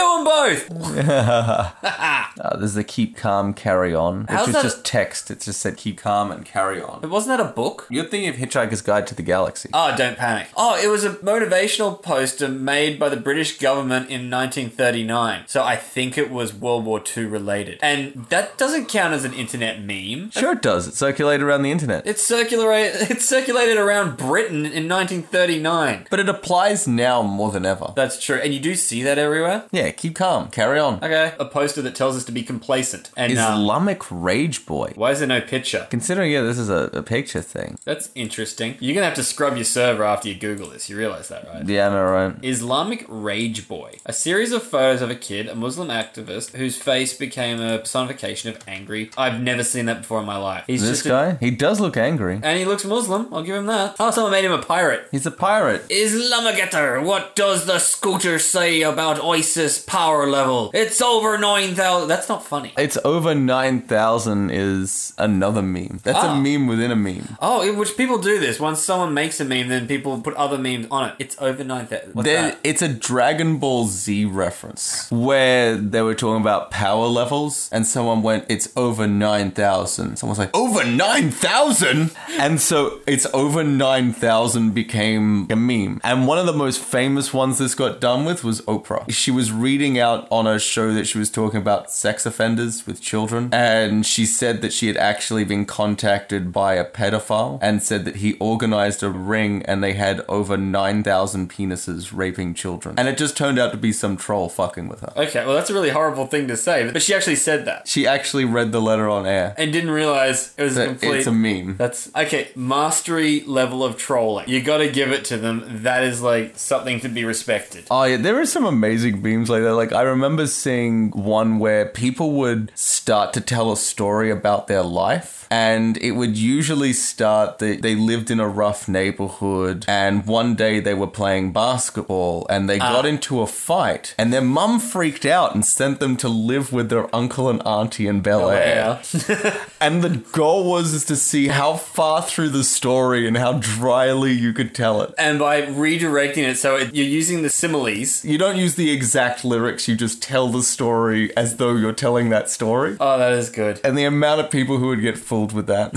Speaker 2: do them both.
Speaker 5: Uh, there's the keep calm, carry on, which
Speaker 2: How's
Speaker 5: is
Speaker 2: that-
Speaker 5: just text. It just said keep calm and carry on.
Speaker 2: Wasn't that a book?
Speaker 5: You're thinking of Hitchhiker's Guide to the Galaxy.
Speaker 2: Oh, don't panic. Oh, it was a motivational poster made by the British government in 1939. So I think it was World War II related. And that doesn't count as an internet meme.
Speaker 5: Sure, it does. It circulated around the internet.
Speaker 2: It circulated, it circulated around Britain in 1939.
Speaker 5: but it applies now more than ever.
Speaker 2: That's true. And you do see that everywhere?
Speaker 5: Yeah, keep calm, carry on.
Speaker 2: Okay. A poster that tells us to be complacent. And uh,
Speaker 5: Islamic Rage Boy.
Speaker 2: why is there no picture?
Speaker 5: Considering, yeah, this is a, a picture thing.
Speaker 2: That's interesting. You're going to have to scrub your server after you Google this. You realize that, right?
Speaker 5: Yeah, no, right.
Speaker 2: Islamic Rage Boy, a series of photos of a kid, a Muslim activist, whose face became a personification of angry. I've never seen that before in my life. He's
Speaker 5: This
Speaker 2: just a-
Speaker 5: guy, he does look angry.
Speaker 2: and he looks Muslim. I'll give him that. Oh, someone made him a pirate.
Speaker 5: He's a pirate.
Speaker 2: Islamagator, what does the scooter say about ISIS power level? It's over 9,000. That's not funny.
Speaker 5: It's over 9,000 is another meme. That's
Speaker 2: Ah.
Speaker 5: a meme within a meme.
Speaker 2: Oh, it- which people do this. Once someone makes a meme, then people put other memes on it. It's over 9,000. What's
Speaker 5: There,
Speaker 2: that?
Speaker 5: it's a Dragon Ball Z reference where they were talking about power levels, and someone went, "It's over nine thousand. Someone's like, "Over nine thousand? and so it's over nine thousand became a meme. And one of the most famous ones this got done with was Oprah. She was reading out on a show that she was talking about sex offenders with children, and she said that she had actually been contacted by a pedophile and said that he organized a ring and they had over 9,000 penises raping children. And it just turned out to be some troll fucking with her.
Speaker 2: Okay, well, that's a really horrible thing to say, but she actually said that.
Speaker 5: She actually read the letter on air.
Speaker 2: and didn't realize it was a
Speaker 5: That
Speaker 2: complete.
Speaker 5: it's a meme.
Speaker 2: That's okay. Mastery level of trolling. You got to give it to them. That is like something to be respected.
Speaker 5: Oh yeah, there are some amazing memes like that. Like I remember seeing one where people would start to tell a story about their life, and it would usually start that they lived in a rough neighborhood, and one day they were playing basketball, and they got into a fight, and their mum freaked out and sent them to live with their uncle and auntie in Bel Air.
Speaker 2: Yeah.
Speaker 5: And the goal was is to see how far through the story and how dryly you could tell it.
Speaker 2: and by redirecting it, so it, you're using the similes.
Speaker 5: You don't use the exact lyrics, you just tell the story as though you're telling that story.
Speaker 2: Oh, that is good.
Speaker 5: And the amount of people who would get fooled with that.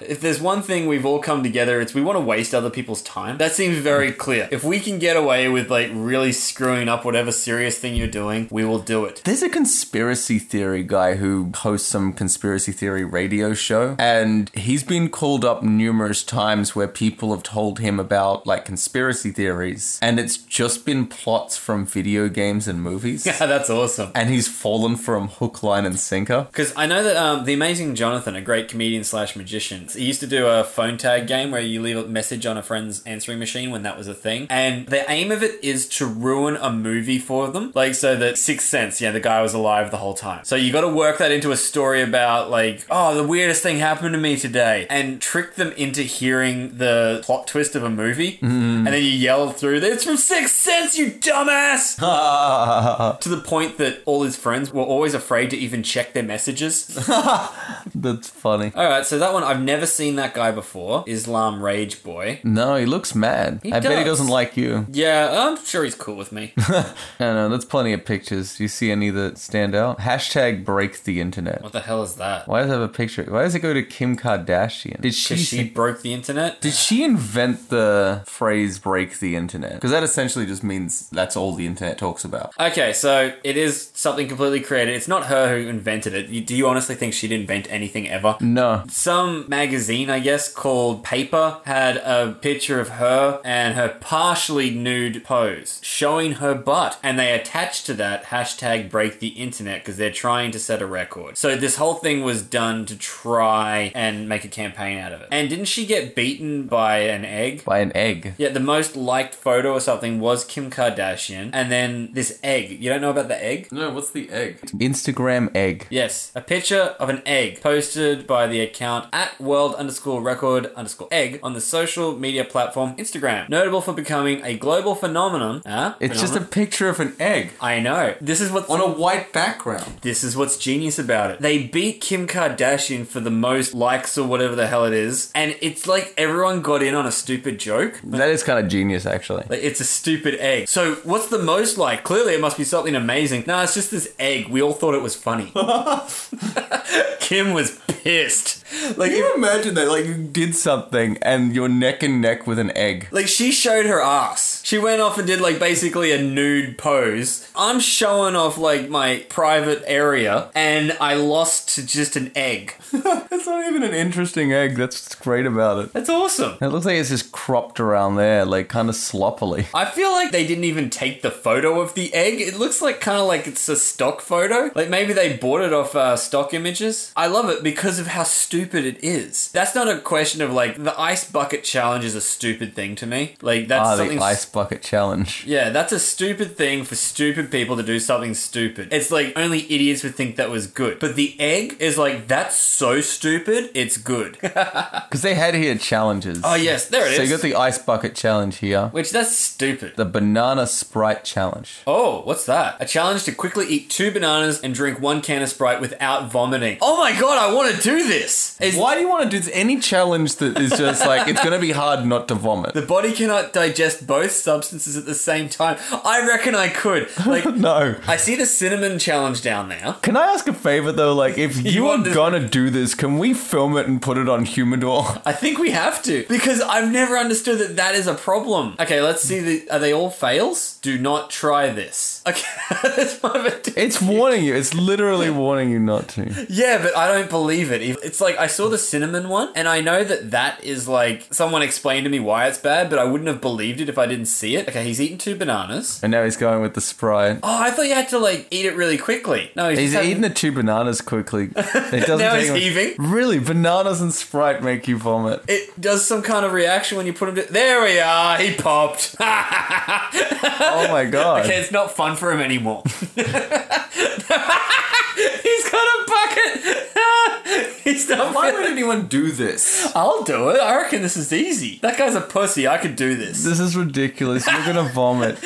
Speaker 2: If there's one thing we've all come together, it's we want to waste other people's time. That seems very clear. If we can get away with like really screwing up whatever serious thing you're doing, we will do it.
Speaker 5: There's a conspiracy theory guy who hosts some conspiracy theory radio show, and he's been called up numerous times where people have told him about like conspiracy theories, and it's just been plots from video games and movies.
Speaker 2: Yeah, that's awesome.
Speaker 5: and he's fallen from hook, line, and sinker.
Speaker 2: Because I know that um, the amazing Jonathan, a great comedian slash magician, he used to do a phone tag game where you leave a message on a friend's answering machine when that was a thing. And the aim of it is to ruin a movie for them. Like, so that Sixth Sense, yeah, the guy was alive the whole time. So you got to work that into a story about, like, oh, the weirdest thing happened to me today. And trick them into hearing the plot twist of a movie. And then you yell through, it's from Sixth Sense, you dumbass! to the point that all his friends were always afraid to even check their messages.
Speaker 5: That's funny.
Speaker 2: All right, so that one I've never seen that guy before. Islam Rage Boy.
Speaker 5: No, he looks mad. I bet he
Speaker 2: does.
Speaker 5: doesn't like you.
Speaker 2: Yeah, I'm sure he's cool with me.
Speaker 5: I don't know. That's plenty of pictures. Do you see any that stand out? Hashtag break the internet.
Speaker 2: what the hell is that?
Speaker 5: Why does it have a picture? Why does it go to Kim Kardashian? Did she?
Speaker 2: Because she broke the internet.
Speaker 5: did she invent the phrase break the internet? Because that essentially just means that's all the internet talks about.
Speaker 2: Okay, so it is something completely created. It's not her who invented it. You- Do you honestly think she'd invent anything ever?
Speaker 5: No.
Speaker 2: Some magazine, I guess, called Paper, had a picture of her and her partially nude pose, showing her butt. And they attached to that hashtag break the internet because they're trying to set a record. So this whole thing was done to try and make a campaign out of it. And didn't she get beaten by an egg?
Speaker 5: By an egg.
Speaker 2: Yeah, the most liked photo or something was Kim Kardashian, and then this egg. You don't know about the egg?
Speaker 5: No, what's the egg? Instagram egg.
Speaker 2: Yes, a picture of an egg posted posted by the account at world underscore record underscore egg on the social media platform Instagram. Notable for becoming a global phenomenon. Huh?
Speaker 5: It's just a picture of an egg
Speaker 2: I know. This is what's
Speaker 5: on a white background.
Speaker 2: This is what's genius about it. They beat Kim Kardashian for the most likes or whatever the hell it is, and it's like everyone got in on a stupid joke.
Speaker 5: That is kind of genius, actually.
Speaker 2: Like, it's a stupid egg. So what's the most like? Clearly, it must be something amazing. No, it's just this egg. We all thought it was funny. Kim was pissed.
Speaker 5: Like, Can you imagine that? Like, you did something and you're neck and neck with an egg.
Speaker 2: Like she showed her ass. She went off and did like basically a nude pose. I'm showing off like my private area, and I lost to just an egg.
Speaker 5: That's not even an interesting egg. That's what's great about it.
Speaker 2: That's awesome.
Speaker 5: It looks like it's just cropped around there, like kind of sloppily.
Speaker 2: I feel like they didn't even take the photo of the egg. It looks like kind of like it's a stock photo. Like maybe they bought it off uh, stock images. I love it because of how stupid it is. That's not a question of like the ice bucket challenge is a stupid thing to me. Like that's
Speaker 5: Ah,
Speaker 2: something.
Speaker 5: the ice bucket challenge.
Speaker 2: yeah, that's a stupid thing for stupid people to do something stupid. It's like only idiots would think that was good. But the egg is like that's so stupid. It's good.
Speaker 5: Because they had here challenges.
Speaker 2: oh yes, there it is.
Speaker 5: So you got the ice bucket challenge here,
Speaker 2: Which that's stupid.
Speaker 5: the banana sprite challenge.
Speaker 2: Oh, what's that? A challenge to quickly eat two bananas and drink one can of Sprite without vomiting. Oh my god, I want to do this. Is
Speaker 5: Why do you want to do this? Any challenge that is just like, it's going to be hard not to vomit.
Speaker 2: The body cannot digest both substances at the same time. I reckon I could. Like
Speaker 5: no.
Speaker 2: I see the cinnamon challenge down there.
Speaker 5: Can I ask a favor though? Like, if you, are
Speaker 2: want this-
Speaker 5: gonna do this, can we film it and put it on Humidor?
Speaker 2: I think we have to because I've never understood that that is a problem. Okay, let's see. The, are they all fails? Do not try this. Okay, that's one of it.
Speaker 5: It's warning you. It's literally warning you not to.
Speaker 2: Yeah, but I don't believe it. It's like I saw the cinnamon one, and I know that that is like someone explained to me why it's bad, but I wouldn't have believed it if I didn't see it. Okay, he's eaten two bananas.
Speaker 5: And now he's going with the Sprite.
Speaker 2: Oh, I thought you had to like eat it really quickly. No, he's,
Speaker 5: He's
Speaker 2: just
Speaker 5: eating
Speaker 2: having-
Speaker 5: the two bananas quickly. It doesn't
Speaker 2: Now
Speaker 5: take
Speaker 2: he's
Speaker 5: him-
Speaker 2: heaving.
Speaker 5: Really, bananas and Sprite make you vomit.
Speaker 2: It does some kind of reaction when you put him. To- there we are. He popped.
Speaker 5: Oh my god.
Speaker 2: Okay, it's not fun for him anymore. He's got a bucket. He's not.
Speaker 5: Why
Speaker 2: fit-
Speaker 5: would anyone do this?
Speaker 2: I'll do it. I reckon this is easy. That guy's a pussy. I could do this.
Speaker 5: This is ridiculous. You're gonna vomit.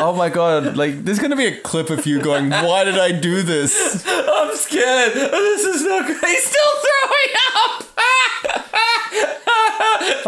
Speaker 5: Oh my god, like there's gonna be a clip of you going, Why did I do this?
Speaker 2: I'm scared. This is not good. He's still throwing up.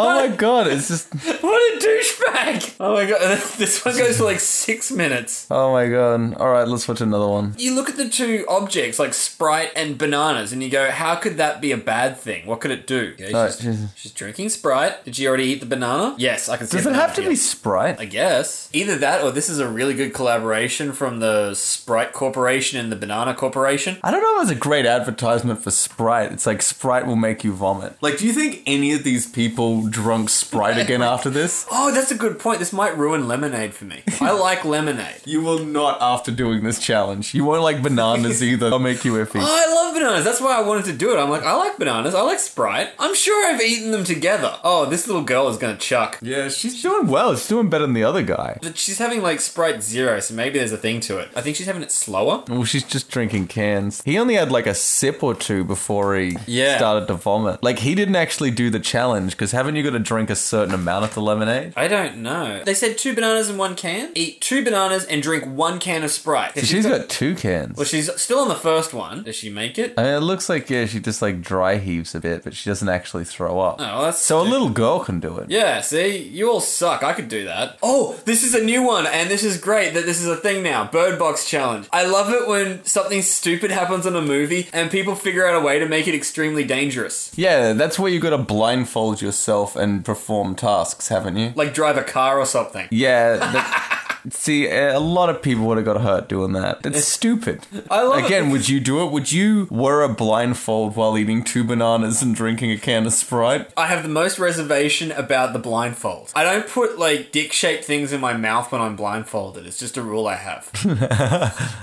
Speaker 5: Oh my god, it's just
Speaker 2: what a douchebag. Oh my god. This one goes for like six minutes.
Speaker 5: Oh my god. Alright, let's watch another one.
Speaker 2: You look at the two objects, like Sprite and bananas, and you go, how could that be a bad thing? What could it do? Okay,
Speaker 5: Oh,
Speaker 2: she's,
Speaker 5: Jesus.
Speaker 2: she's drinking Sprite. Did she already eat the banana? Yes, I can see
Speaker 5: Does
Speaker 2: a
Speaker 5: it have
Speaker 2: banana
Speaker 5: to
Speaker 2: here.
Speaker 5: be Sprite?
Speaker 2: I guess. Either that or this is a really good collaboration from the Sprite Corporation and the Banana Corporation.
Speaker 5: I don't know if it's a great advertisement for Sprite. It's like Sprite will make you vomit. Like, do you think any of these people drunk Sprite again after this?
Speaker 2: Oh, that's a good point. This might ruin lemonade for me. I like lemonade.
Speaker 5: You will not after doing this challenge. You won't like bananas either. They'll make you
Speaker 2: Oh,
Speaker 5: iffy.
Speaker 2: I love bananas. That's why I wanted to do it. I'm like, I like bananas. I like Sprite. I'm sure I've eaten them together. Oh, this little girl is going to chuck.
Speaker 5: Yeah, she's doing well. She's doing better than the other guy.
Speaker 2: But she's having like Sprite Zero, so maybe there's a thing to it. I think she's having it slower.
Speaker 5: Well, she's just drinking cans. He only had like a sip or two before he
Speaker 2: Yeah.
Speaker 5: started to vomit. Like, he didn't actually do the challenge because haven't you got to drink a certain amount of the lemonade?
Speaker 2: I don't know. They said two bananas in one can. Eat two bananas and drink one can of Sprite.
Speaker 5: So she's got two cans.
Speaker 2: Well, she's still on the first one. Does she make it?
Speaker 5: I mean, it looks like yeah, she just like dry heaves a bit, but she doesn't actually throw up.
Speaker 2: Oh, well, that's
Speaker 5: so a
Speaker 2: stupid.
Speaker 5: little girl can do it.
Speaker 2: Yeah, see, you all suck. I could do that. Oh, this is a new one, and this is great that this is a thing now. Bird Box Challenge. I love it when something stupid happens in a movie and people figure out a way to make it extremely dangerous.
Speaker 5: Yeah, that's where you got to blindfold yourself and perform tasks, haven't you?
Speaker 2: Like drive a car or something.
Speaker 5: Yeah. that- see, a lot of people would have got hurt doing that. That's stupid.
Speaker 2: I love it
Speaker 5: Again, would you do it? Would you wear a blindfold while eating two bananas and drinking a can of Sprite?
Speaker 2: I have the most reservation about the blindfold. I don't put like dick shaped things in my mouth when I'm blindfolded. It's just a rule I have.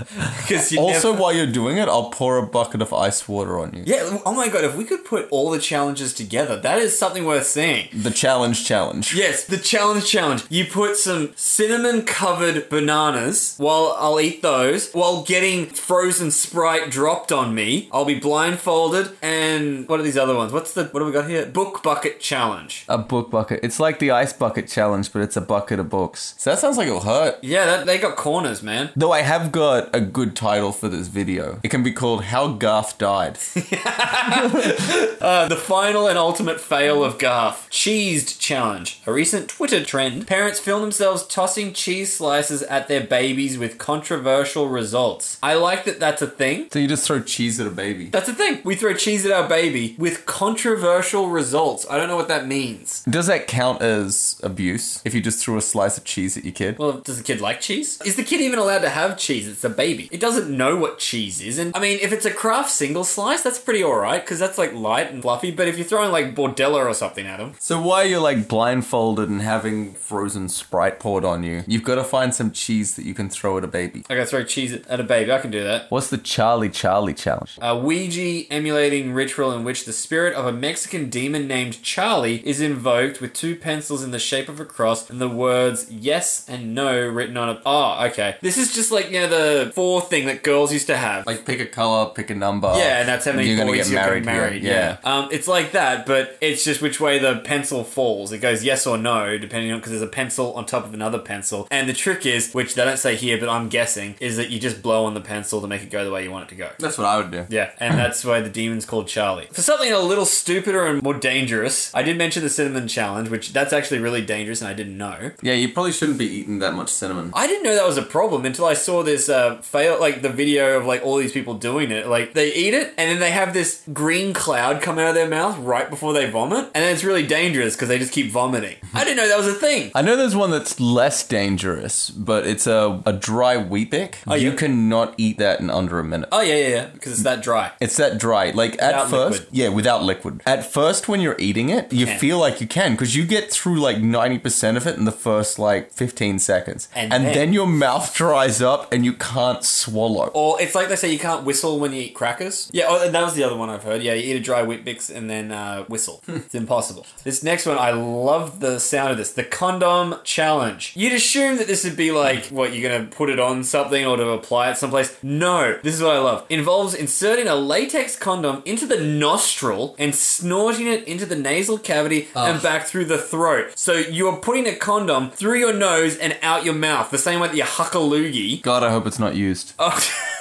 Speaker 2: Because
Speaker 5: Also, while you're doing it, I'll pour a bucket of ice water on you.
Speaker 2: yeah. Oh my god, if we could put all the challenges together, that is something worth seeing.
Speaker 5: The challenge challenge.
Speaker 2: Yes, the challenge challenge. You put some cinnamon covered bananas while I'll eat those while getting frozen sprite dropped on me. I'll be blindfolded and what are these other ones? What's the what do we got here? Book bucket challenge.
Speaker 5: A book bucket. It's like the ice bucket challenge, but it's a bucket of books. So that sounds like it'll hurt.
Speaker 2: Yeah, that, they got corners, man.
Speaker 5: Though I have got a good title for this video. It can be called How Garth Died.
Speaker 2: Uh, the final and ultimate fail of Garth. Cheesed challenge. A recent Twitter trend. Parents film themselves tossing cheese slices at their babies with controversial results. I like that that's a thing.
Speaker 5: so you just throw cheese at a baby.
Speaker 2: That's the thing. We throw cheese at our baby with controversial results. I don't know what that means.
Speaker 5: Does that count as abuse if you just threw a slice of cheese at your kid?
Speaker 2: Well, does the kid like cheese? Is the kid even allowed to have cheese? It's a baby. It doesn't know what cheese is. And I mean, if it's a craft single slice, that's pretty alright because that's like light and fluffy. But if you're throwing like Bordella or something at them,
Speaker 5: So why you're like blindfolded and having frozen Sprite poured on you? You've got to find some cheese that you can throw at a baby.
Speaker 2: I gotta throw cheese at a baby. I can do that.
Speaker 5: What's the Charlie Charlie challenge?
Speaker 2: A Ouija emulating ritual in which the spirit of a Mexican demon named Charlie is invoked with two pencils in the shape of a cross and the words yes and no written on it. Oh, okay. This is just like, you know, the four thing that girls used to have.
Speaker 5: Like pick a color, pick a number.
Speaker 2: yeah, and that's how many
Speaker 5: Oh, you're gonna
Speaker 2: boys
Speaker 5: get
Speaker 2: you're
Speaker 5: married
Speaker 2: getting married.
Speaker 5: here.
Speaker 2: Yeah. Um, it's like that, but it's just which way the pencil falls. It goes yes or no, depending on because there's a pencil on top of another pencil. And the trick is, which they don't say here, but I'm guessing, is that you just blow on the pencil to make it go the way you want it to go.
Speaker 5: That's what I would do.
Speaker 2: Yeah, and that's why the demon's called Charlie. For something a little stupider and more dangerous, I did mention the cinnamon challenge, which that's actually really dangerous, and I didn't know.
Speaker 5: Yeah, you probably shouldn't be eating that much cinnamon.
Speaker 2: I didn't know that was a problem until I saw this uh, fail, like the video of like all these people doing it. Like they eat it, and then they have this green cloud come out of their mouth right before they vomit, and then it's really dangerous because they just keep vomiting. I didn't know that was a thing.
Speaker 5: I know there's one that's less dangerous, but it's a, a dry wheat pick. you
Speaker 2: Oh, yeah.
Speaker 5: cannot eat that in under a minute.
Speaker 2: Oh yeah, yeah, yeah, because it's that dry.
Speaker 5: It's that dry. Like at
Speaker 2: Without
Speaker 5: first,
Speaker 2: liquid.
Speaker 5: yeah, without liquid. At first, when you're eating it, you
Speaker 2: Can.
Speaker 5: feel like you can because you get through like ninety percent of it in the first like fifteen seconds,
Speaker 2: And
Speaker 5: then,
Speaker 2: then-
Speaker 5: your mouth dries up and you can't swallow.
Speaker 2: Or it's like they say you can't whistle when you eat crackers. Yeah, oh, and that was the other one I've heard. Yeah, you eat a dry Whitbix and then uh, whistle. it's impossible. This next one, I love the sound of this. The condom challenge. You'd assume that this would be like, what, you're going to put it on something or to apply it someplace? No. This is what I love. Involves inserting a latex condom into the nostril and snorting it into the nasal cavity and back through the throat. So you are putting a condom through your nose and out your mouth, the same way that you huck a loogie.
Speaker 5: God, I hope it's not used.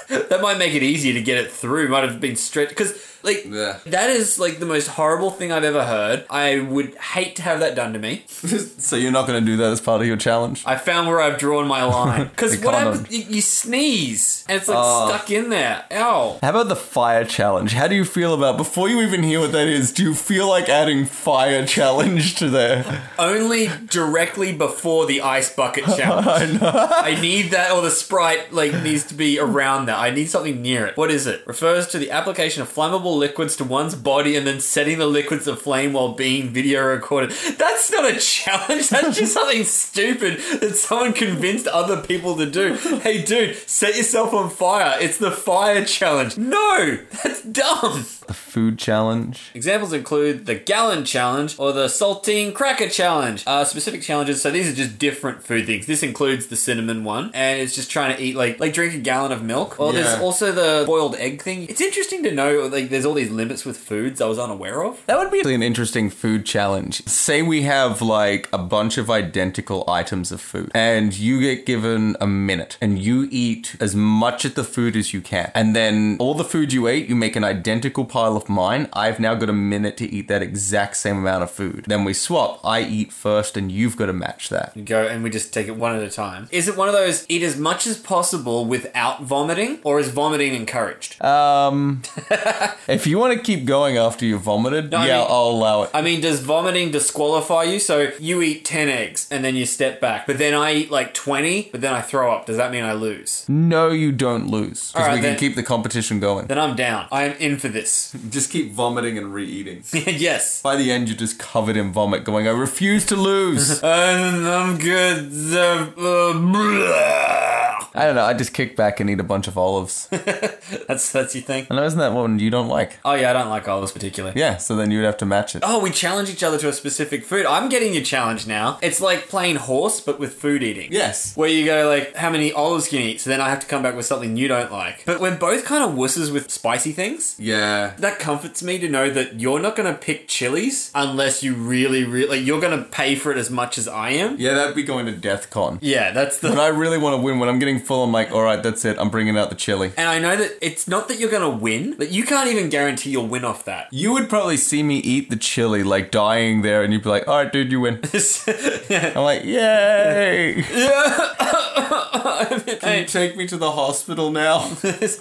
Speaker 2: Oh, that might make it easier to get it through. Might have been stretched because, like,
Speaker 5: Yeah.
Speaker 2: that is like the most horrible thing I've ever heard. I would hate to have that done to me.
Speaker 5: so you're not going to do that as part of your challenge.
Speaker 2: I found where I've drawn my line because
Speaker 5: The
Speaker 2: what
Speaker 5: condom.
Speaker 2: happens? You, you sneeze and it's like
Speaker 5: Oh.
Speaker 2: stuck in there. Ow!
Speaker 5: How about the fire challenge? How do you feel about before you even hear what that is? Do you feel like adding fire challenge to there?
Speaker 2: Only directly before the ice bucket challenge.
Speaker 5: I know.
Speaker 2: I need that, or the sprite like needs to be around that. I need something near it. What is it? Refers to the application of flammable liquids to one's body and then setting the liquids aflame while being video recorded. That's not a challenge. That's just something stupid that someone convinced other people to do. Hey, dude, set yourself on fire. It's the fire challenge. No, that's dumb.
Speaker 5: The food challenge.
Speaker 2: Examples include the gallon challenge or the saltine cracker challenge. Uh, specific challenges. So these are just different food things. This includes the cinnamon one, and it's just trying to eat like like drink a gallon of milk. Or
Speaker 5: Yeah.
Speaker 2: there's also the boiled egg thing. It's interesting to know like there's all these limits with foods I was unaware of.
Speaker 5: That would be an interesting food challenge. Say we have like a bunch of identical items of food, and you get given a minute, and you eat as much of the food as you can. And then all the food you ate, you make an identical pile of mine. I've now got a minute to eat that exact same amount of food. Then we swap. I eat first, and you've got to match that.
Speaker 2: Go and we just take it one at a time. Is it one of those eat as much as possible without vomiting, or is vomiting encouraged?
Speaker 5: Um, if you want to keep going after you vomited,
Speaker 2: I
Speaker 5: yeah,
Speaker 2: mean-
Speaker 5: I'll allow it.
Speaker 2: I mean, does vomiting disqualify you? So you eat 10 eggs and then you step back, but then I eat like 20, but then I throw up. Does that mean I lose?
Speaker 5: No, you don't lose because
Speaker 2: All right,
Speaker 5: we
Speaker 2: then-
Speaker 5: can keep the competition going.
Speaker 2: Then I'm down. I am in for this.
Speaker 5: Just keep vomiting and re-eating.
Speaker 2: yes.
Speaker 5: By the end, you're just covered in vomit, going, I refuse to lose.
Speaker 2: Um, I'm good. Uh, uh, blah.
Speaker 5: I don't know. I just kick back and eat a bunch of olives. I
Speaker 2: That's that's your thing.
Speaker 5: know, isn't that one you don't like?
Speaker 2: Oh yeah, I don't like olives particularly.
Speaker 5: Yeah, so then you would have to match it.
Speaker 2: Oh, we challenge each other to a specific food. I'm getting your challenge now. It's like playing horse, but with food eating.
Speaker 5: Yes.
Speaker 2: Where you go like, how many olives can you eat? So then I have to come back with something you don't like. But we're both kind of wusses with spicy things.
Speaker 5: Yeah.
Speaker 2: That comforts me to know that you're not going to pick chilies unless you really, really, like, you're going to pay for it as much as I am.
Speaker 5: Yeah, that'd be going to Death Con.
Speaker 2: Yeah, that's the.
Speaker 5: When I really want to win, when I'm getting full, I'm like, all right, that's it. I'm bringing out the chili.
Speaker 2: and I know that it's not that you're going to win, but you can't even guarantee you'll win off that.
Speaker 5: You would probably see me eat the chili, like dying there, and you'd be like, all right, dude, you win. I'm like, yay! Can you take me to the hospital now?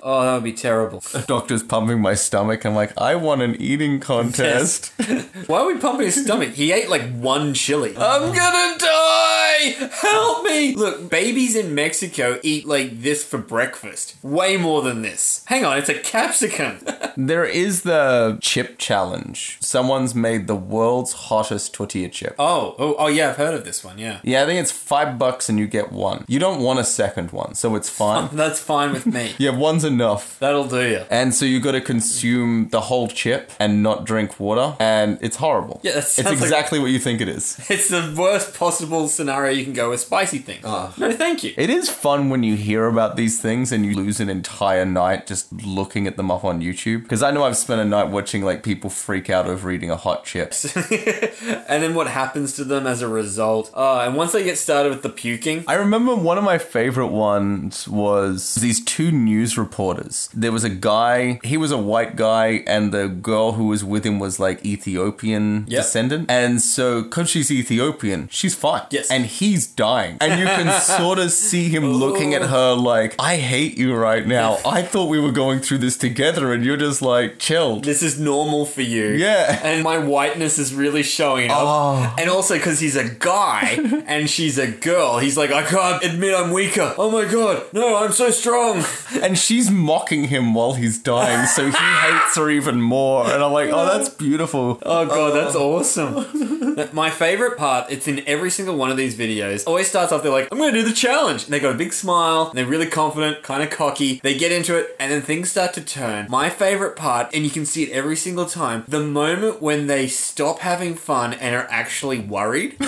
Speaker 2: oh, that would be terrible.
Speaker 5: Doctor's pumping my stomach. I'm like, I want an eating contest.
Speaker 2: Why are we pumping his stomach? He ate like one chili. I'm gonna die! Help me! Look, babies in Mexico eat like this for breakfast. Way more than this. Hang on, it's a capsicum.
Speaker 5: There is the chip challenge. Someone's made the world's hottest tortilla chip.
Speaker 2: oh, oh, oh yeah, I've heard of this one, yeah.
Speaker 5: Yeah, I think it's five bucks and you get one. You don't want a second one, so it's fine.
Speaker 2: That's fine with me.
Speaker 5: yeah, one's enough.
Speaker 2: That'll do ya.
Speaker 5: And so you got to consume the whole chip and not drink water, and it's horrible.
Speaker 2: Yeah, that
Speaker 5: it's
Speaker 2: sounds like-
Speaker 5: exactly what you think it is.
Speaker 2: It's the worst possible scenario you can go with spicy things. No, thank you.
Speaker 5: It is fun when you hear about these things and you lose an entire night just looking at them up on YouTube. Because I know I've spent a night watching like people freak out over eating a hot chip.
Speaker 2: and then what happens to them as a result? Oh, and once they get started with the puking,
Speaker 5: I remember one of my favorite ones was these two news reporters. There was a guy, he was a white guy, and the girl who was with him was like Ethiopian
Speaker 2: Yep.
Speaker 5: descendant. And so, because she's Ethiopian, she's fine.
Speaker 2: Yes.
Speaker 5: And he's dying. And you can sort of see him looking at her like, I hate you right now. I thought we were going through this together, and you're just like, chilled.
Speaker 2: this is normal for you.
Speaker 5: Yeah.
Speaker 2: And my whiteness is really showing up. And also because he's a guy and she's a girl, he's like, I can't admit I'm weaker. Oh my god, no, I'm so strong.
Speaker 5: And she's mocking him while he's dying, so he hates her even more. And I'm like, oh, that's beautiful.
Speaker 2: Oh god, that's awesome. That- my favorite part, it's in every single one of these videos, always starts off, they're like, I'm gonna do the challenge. And they got a big smile, and they're really confident, kind of cocky. They get into it, and then things start to turn. My favorite part, and you can see it every single time, the moment when they stop having fun and are actually worried.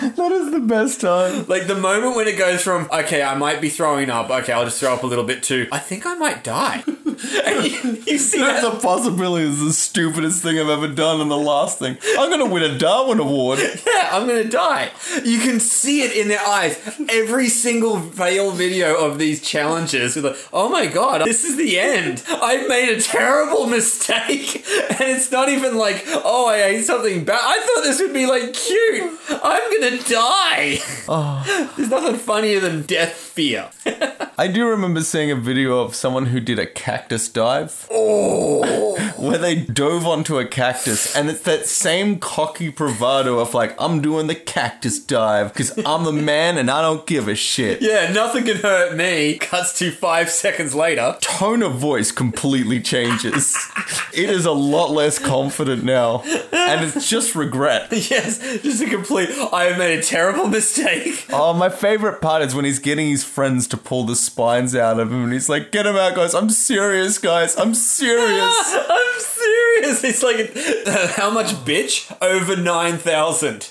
Speaker 5: That is the best time.
Speaker 2: Like the moment when it goes from okay, I might be throwing up. Okay, I'll just throw up a little bit too. I think I might die. and you, you see
Speaker 5: That's
Speaker 2: that.
Speaker 5: a possibility is the stupidest thing I've ever done and the last thing. I'm gonna win a Darwin Award.
Speaker 2: Yeah, I'm gonna die. You can see it in their eyes. Every single fail video of these challenges, with like, oh my god, this is the end. I've made a terrible mistake, and it's not even like, oh, I ate something bad. I thought this would be like cute. I'm gonna die. There's nothing funnier than death fear.
Speaker 5: I do remember seeing a video of someone who did a cactus dive. Where they dove onto a cactus, and it's that same cocky bravado of like, I'm doing the cactus dive because I'm the man and I don't give a shit.
Speaker 2: Yeah, nothing can hurt me. Cuts to five seconds later.
Speaker 5: Tone of voice completely changes. it is a lot less confident now, and it's just regret.
Speaker 2: Yes, just a complete. I have made a terrible mistake.
Speaker 5: Oh, my favorite part is when he's getting his friends to pull the spines out of him, and he's like, "Get him out, guys! I'm serious, guys! I'm serious!"
Speaker 2: I'm serious. It's like, uh, how much, bitch? Over 9,000.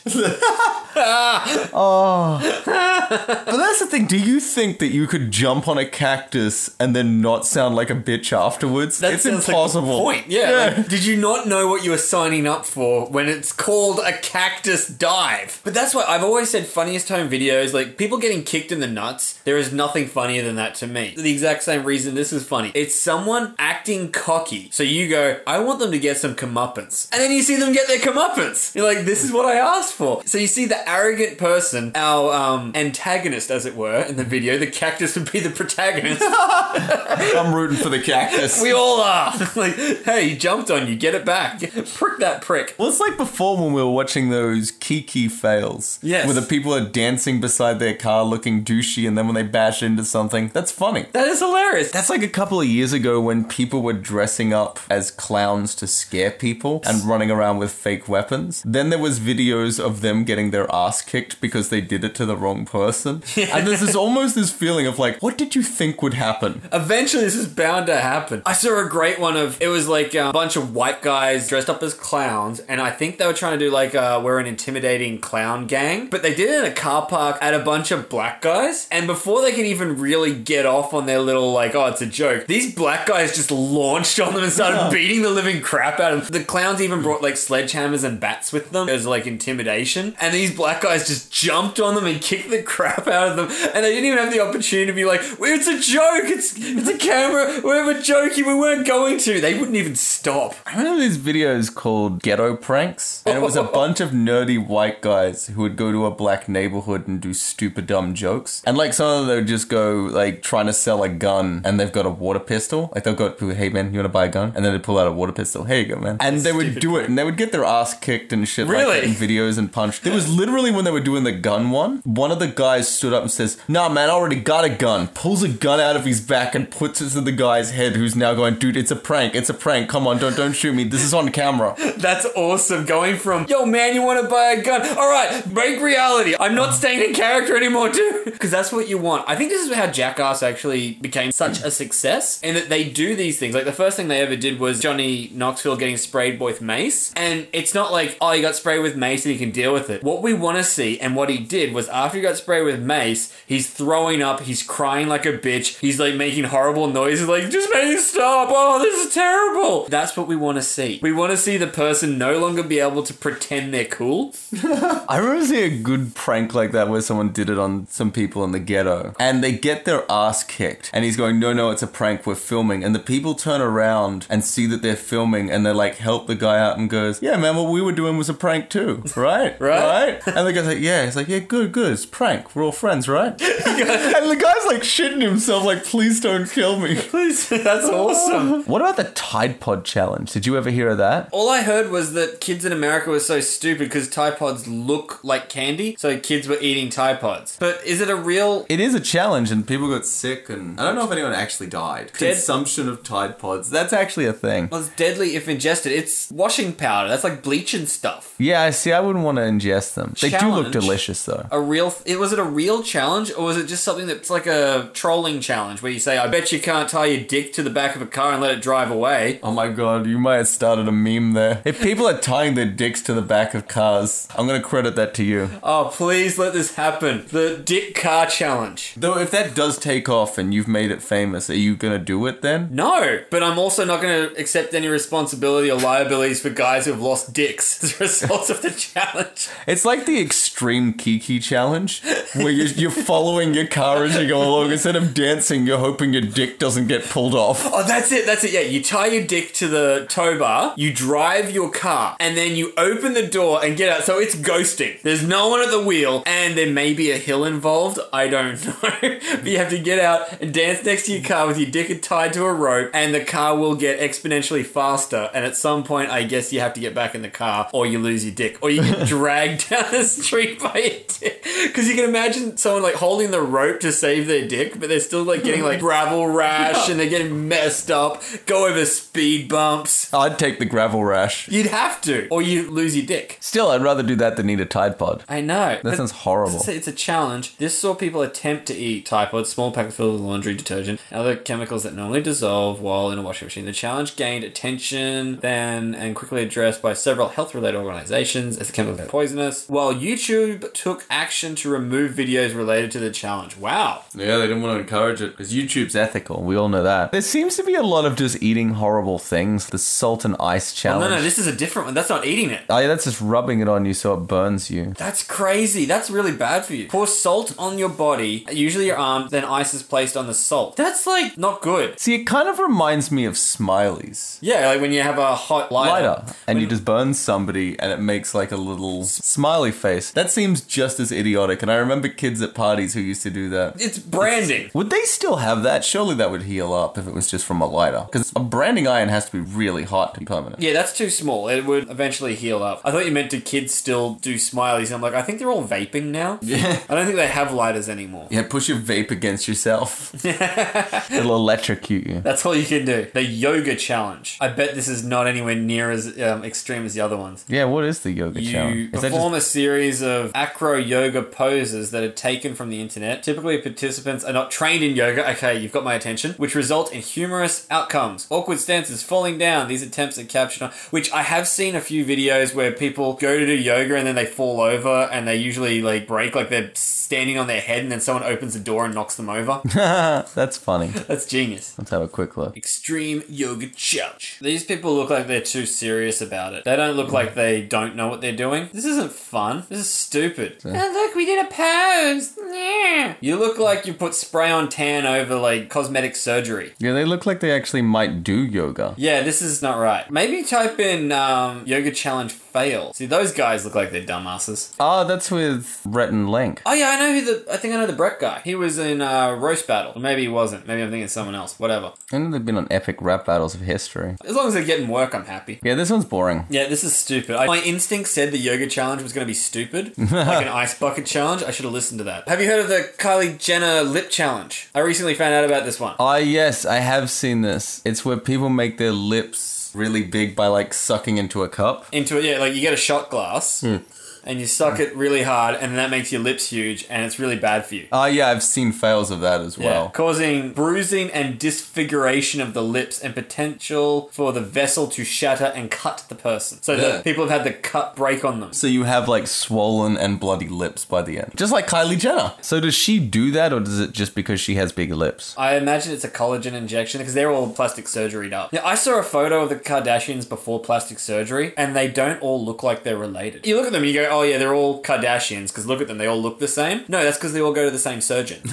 Speaker 5: but that's the thing. Do you think that you could jump on a cactus and then not sound like a bitch afterwards?
Speaker 2: That
Speaker 5: it's
Speaker 2: sounds like a
Speaker 5: impossible.
Speaker 2: point. Yeah. like, did you not know what you were signing up for when it's called a cactus dive? But that's why I've always said funniest home videos, like people getting kicked in the nuts, there is nothing funnier than that to me. The exact same reason this is funny. It's someone acting cocky. So you go, I want them to get some comeuppance. And then you see them get their comeuppance. You're like, this is what I asked for. So you see the arrogant person, our um, antagonist, as it were, in the video, the cactus would be the protagonist.
Speaker 5: I'm rooting for the cactus.
Speaker 2: We all are. like, hey, he jumped on you. Get it back. Prick that prick.
Speaker 5: Well, it's like before when we were watching those Kiki fails.
Speaker 2: Yes.
Speaker 5: Where the people are dancing beside their car looking douchey and then when they bash into something, that's funny.
Speaker 2: That is hilarious.
Speaker 5: That's like a couple of years ago when people were dressing up as clowns to scare people and running around with fake weapons. Then there was videos of them getting their ass kicked because they did it to the wrong person. And there's this almost this feeling of like, what did you think would happen?
Speaker 2: Eventually, this is bound to happen. I saw a great one of it was like um, a bunch of white guys dressed up as clowns, and I think they were trying to do like uh, we're an intimidating clown gang, but they did it in a car park at a bunch of black guys, and before they could even really get off on their little like oh it's a joke, these black guys just launched on them and started beating the living crap out of them. The clowns even brought like sledgehammers and bats with them as like intimidation, and these black guys just jumped on them and kicked the crap out of them, and they didn't even have the opportunity to be like it's a joke, it's it's a camera, we're a joke, we weren't going to. They wouldn't even stop.
Speaker 5: I remember these videos called Ghetto Pranks, and it was a bunch of nerdy white guys who would go to a black neighborhood and do stupid dumb jokes. And like some of them, they would just go like trying to sell a gun, and they've got a water pistol. Like they'll go, up to, "Hey man, you want to buy a gun?" And then they would pull out a water pistol. Here you go, man. And they would do it, and they would get their ass kicked and shit.
Speaker 2: Really?
Speaker 5: Like that in videos and punched. There was literally when they were doing the gun one. One of the guys stood up and says, "Nah, man, I already got a gun." Pulls a gun out of his back and puts it to the guy's head, who's now going, "Dude, it's a prank. It's a prank. Come on, don't don't shoot me. This is on camera."
Speaker 2: That's awesome. Going from, yo, man, you want to buy a gun? All right, break reality. I'm not staying in character anymore, dude. Because that's what you want. I think this is how Jackass actually became such a success in that they do these things. Like, the first thing they ever did was Johnny Knoxville getting sprayed with mace. And it's not like, oh, you got sprayed with mace and you can deal with it. What we want to see and what he did was after he got sprayed with mace, he's throwing up, he's crying like a bitch, he's like making horrible noises, like, just make it stop. Oh, this is terrible. That's what we want to see. We want to see the person no longer be able to pretend they're cool.
Speaker 5: I remember seeing a good prank like that where someone did it on some people in the ghetto and they get their ass kicked and he's going, No, no, it's a prank, we're filming. And the people turn around and see that they're filming and they like help the guy out and goes, Yeah, man, what we were doing was a prank too. Right?
Speaker 2: Right.
Speaker 5: And the guy's like, Yeah, he's like, Yeah, good, good, it's a prank. We're all friends, right? and the guy's like shitting himself, like, please don't kill me.
Speaker 2: Please, that's awesome.
Speaker 5: What about the Tide Pod challenge? Did you ever hear of that?
Speaker 2: All I heard was that kids in America were so stupid because Tide Pods look like candy, so kids were eating Tide Pods. But is it a real
Speaker 5: It is a challenge, and people got sick, and I don't know if anyone actually died.
Speaker 2: Dead-
Speaker 5: Consumption of Tide Pods. That's actually a thing.
Speaker 2: Well, it's deadly if ingested. It's washing powder. That's like bleach and stuff.
Speaker 5: Yeah, I see. I wouldn't want to ingest them. They do look
Speaker 2: Challenge.
Speaker 5: delicious, though.
Speaker 2: A real? It was it a real challenge, or was it just something that's like a trolling challenge where you say, "I bet you can't tie your dick to the back of a car and let it drive away."
Speaker 5: Oh my god, you might have started a meme there. If people are tying their dicks to the back of cars, I'm gonna credit that to you.
Speaker 2: Oh, please let this happen. The dick car challenge.
Speaker 5: Though, if that does take off and you've made it famous, are you gonna do it then?
Speaker 2: No, but I'm also not going to accept any responsibility or liabilities for guys who have lost dicks as a result of the challenge.
Speaker 5: It's like the extreme Kiki challenge, where you're, you're following your car as you go along. Instead of dancing, you're hoping your dick doesn't get pulled off.
Speaker 2: Oh, that's it. That's it. Yeah, you tie your dick to the tow bar, you drive your car, and then you open the door and get out. So it's ghosting. There's no one at the wheel, and there may be a hill involved. I don't know. but you have to get out and dance next to your car with your dick tied to a rope, and the car will get exponentially faster. And at some point, I guess you have to get back in the car, or you lose your dick, or you get dragged down the street by your dick. Because you can imagine someone like holding the rope to save their dick, but they're still like getting like gravel rash and they're getting messed up, go over speed bumps.
Speaker 5: I'd take the gravel rash.
Speaker 2: You'd have to, or you lose your dick.
Speaker 5: Still, I'd rather do that than eat a Tide Pod.
Speaker 2: I know.
Speaker 5: That sounds horrible.
Speaker 2: It's a, it's a challenge. This saw people attempt to eat Tide Pods, small packets filled with laundry detergent, and other chemicals that normally dissolve while in a washing machine. The challenge gained attention then and quickly addressed by several health-related organizations as the chemicals are poisonous. While YouTube took action to remove videos related to the challenge. Wow.
Speaker 5: Yeah, they didn't want to encourage it because YouTube's ethical. We all know that. There seems to be a lot of just eating horrible things. The salt and ice
Speaker 2: Oh,
Speaker 5: challenge.
Speaker 2: no, no, this is a different one. That's not eating it.
Speaker 5: Oh, yeah, that's just rubbing it on you so it burns you.
Speaker 2: That's crazy. That's really bad for you. Pour salt on your body, usually your arm, then ice is placed on the salt. That's like not good.
Speaker 5: See, it kind of reminds me of Smiley's
Speaker 2: Yeah, like when you have a hot lighter.
Speaker 5: lighter, and you just burn somebody, and it makes like a little smiley face. That seems just as idiotic. And I remember kids at parties who used to do that.
Speaker 2: It's branding.
Speaker 5: Would they still have that? Surely that would heal up if it was just from a lighter. Because a branding iron has to be really hot to be permanent.
Speaker 2: Yeah, that's too small. It would eventually heal up. I thought you meant do kids still do smileys. And I'm like, I think they're all vaping now.
Speaker 5: Yeah.
Speaker 2: I don't think they have lighters anymore.
Speaker 5: Yeah, push your vape against yourself. It'll electrocute you.
Speaker 2: That's all you can do. The yoga challenge. I bet this is not anywhere near as um, extreme as the other ones.
Speaker 5: Yeah, what is the yoga
Speaker 2: You
Speaker 5: challenge? Is that just-
Speaker 2: perform a series of acro yoga poses that are taken from the internet. Typically, participants are not trained in yoga. Okay, you've got my attention. Which result in humorous outcomes, awkward stances, falling down. These attempts at capture, which I have seen a few videos where people go to do yoga and then they fall over and they usually like break, like they're standing on their head, and then someone opens the door and knocks them over.
Speaker 5: That's funny.
Speaker 2: That's genius.
Speaker 5: Let's have a quick look.
Speaker 2: Extreme Yoga Challenge. These people look like they're too serious about it. They don't look like they don't know what they're doing. This isn't fun. This is stupid. Oh, look, we did a pose. Yeah. You look like you put spray on tan over like cosmetic surgery.
Speaker 5: Yeah, they look like they actually might do yoga.
Speaker 2: Yeah, this is not right. Maybe type in um, Yoga Challenge fail. See, those guys look like they're dumbasses.
Speaker 5: Ah, that's with Rhett and Link.
Speaker 2: Oh yeah, I know who the. I think I know the Brett guy. He was in uh, roast battle. Maybe he wasn't. Maybe I'm thinking of someone else. Whatever.
Speaker 5: I know they've been on epic rap battles of history.
Speaker 2: As long as they're getting work, I'm happy.
Speaker 5: Yeah, this one's boring.
Speaker 2: Yeah, this is stupid. I, my instinct said the yoga challenge was going to be stupid, like an ice bucket challenge. I should have listened to that. Have you heard of the Kylie Jenner lip challenge? I recently found out about this one.
Speaker 5: Ah, yes, I have seen this. It's where people make their lips really big by like sucking into a cup.
Speaker 2: Into it, yeah, like you get a shot glass
Speaker 5: Hmm.
Speaker 2: and you suck it really hard, and that makes your lips huge, and it's really bad for you.
Speaker 5: Ah, yeah, I've seen fails of that as
Speaker 2: Yeah,
Speaker 5: Oh, well.
Speaker 2: causing bruising and disfiguration of the lips and potential for the vessel to shatter and cut the person. So
Speaker 5: Yeah.
Speaker 2: that people have had the cut break on them.
Speaker 5: So you have like swollen and bloody lips by the end. Just like Kylie Jenner. So does she do that or does it just because she has big lips?
Speaker 2: I imagine it's a collagen injection because they're all plastic surgeried up. Yeah, I saw a photo of the Kardashians before plastic surgery, and they don't all look like they're related. You look at them, you go, "Oh yeah, they're all Kardashians," because look at them, they all look the same. No, that's because they all go to the same surgeon.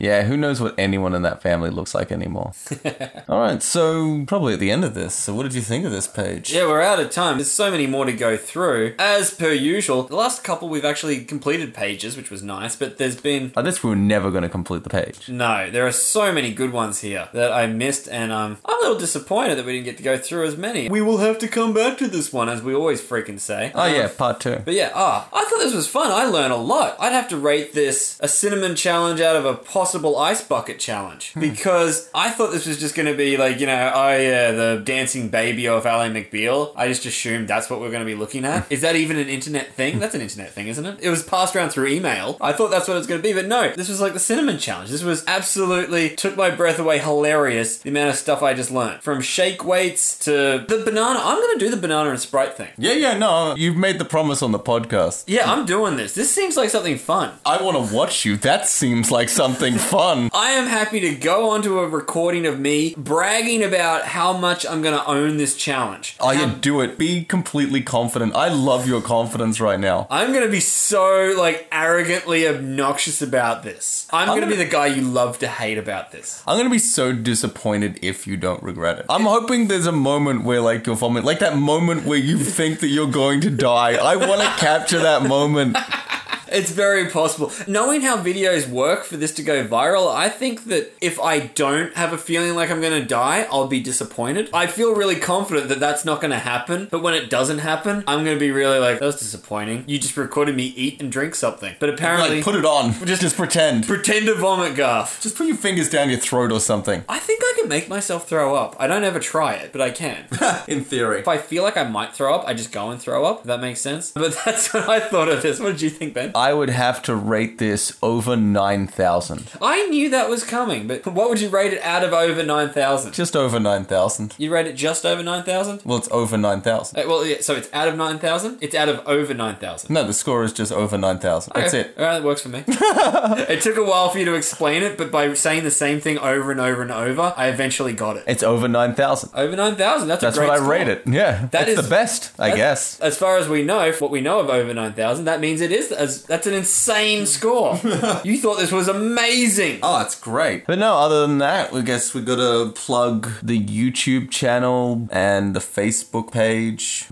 Speaker 5: Yeah, who knows what anyone in that family looks like anymore. All right, so probably at the end of this. So what did you think of this page?
Speaker 2: yeah, we're out of time. There's so many more to go through. As per usual, the last couple we've actually completed pages, which was nice, but there's been.
Speaker 5: I guess we were never going to complete the page.
Speaker 2: No, there are so many good ones here that I missed, and um, I'm a little disappointed that we didn't get to go through as many. We will have to come back to this one, as we always freaking say. Um,
Speaker 5: Oh yeah, part two.
Speaker 2: But yeah, ah, I thought this was fun. I learned a lot. I'd have to rate this a cinnamon challenge out of a possible ice bucket challenge because I thought this was just going to be like you know, oh yeah, the dancing baby of Ally McBeal. I just assumed that's what we're going to be looking at. Is that even an internet thing? That's an internet thing, isn't it? It was passed around through email. I thought that's what it was going to be, but no, this was like the cinnamon challenge. This was absolutely took my breath away. Hilarious the amount of stuff I just learned from shake weights to the banana. I'm going to do the banana and sprite thing.
Speaker 5: Yeah, yeah, no, you've made the promise on the podcast.
Speaker 2: Yeah, I'm doing this. This seems like something fun.
Speaker 5: I want to watch you. That seems like something fun.
Speaker 2: I am happy to go onto a recording of me bragging about how much I'm going to own this challenge.
Speaker 5: Oh yeah, do it. Be completely confident. I love your confidence right now.
Speaker 2: I'm going to be so like arrogantly obnoxious about this. I'm, going to be the guy you love to hate about this.
Speaker 5: I'm gonna be so disappointed if you don't regret it. I'm hoping there's a moment where like you're vomit, like that moment where you think that you're going to die. I want to capture that moment.
Speaker 2: It's very possible. Knowing how videos work for this to go viral, I think that if I don't have a feeling like I'm going to die, I'll be disappointed. I feel really confident that that's not going to happen, but when it doesn't happen, I'm going to be really like, that was disappointing. You just recorded me eat and drink something. But apparently.
Speaker 5: Like put it on. Just just pretend.
Speaker 2: Pretend to vomit, Garth.
Speaker 5: Just put your fingers down your throat or something.
Speaker 2: I think I can make myself throw up. I don't ever try it, but I can. if
Speaker 5: In theory.
Speaker 2: I feel like I might throw up, I just go and throw up. If that makes sense. But that's what I thought of this. What did you think, Ben?
Speaker 5: I would have to rate this over 9,000.
Speaker 2: I knew that was coming, but what would you rate it out of over 9,000?
Speaker 5: Just over 9,000.
Speaker 2: You'd rate it just over 9,000?
Speaker 5: Well, it's over 9,000.
Speaker 2: Uh, Well, yeah, so it's out of 9,000? It's out of over 9,000.
Speaker 5: No, the score is just over 9,000. That's
Speaker 2: Okay.
Speaker 5: it.
Speaker 2: All right, that works for me. it took a while for you to explain it, but by saying the same thing over and over and over, I eventually got it.
Speaker 5: It's over 9,000.
Speaker 2: Over 9,000, that's,
Speaker 5: That's
Speaker 2: a great
Speaker 5: what I
Speaker 2: score.
Speaker 5: rate it. Yeah.
Speaker 2: That
Speaker 5: That's
Speaker 2: is-
Speaker 5: the best, I
Speaker 2: That-
Speaker 5: guess.
Speaker 2: As far as we know, what we know of over 9,000, that means it is as That's an insane score. you thought this was amazing.
Speaker 5: Oh, it's great. But no, other than that, I guess we gotta plug the YouTube channel and the Facebook page,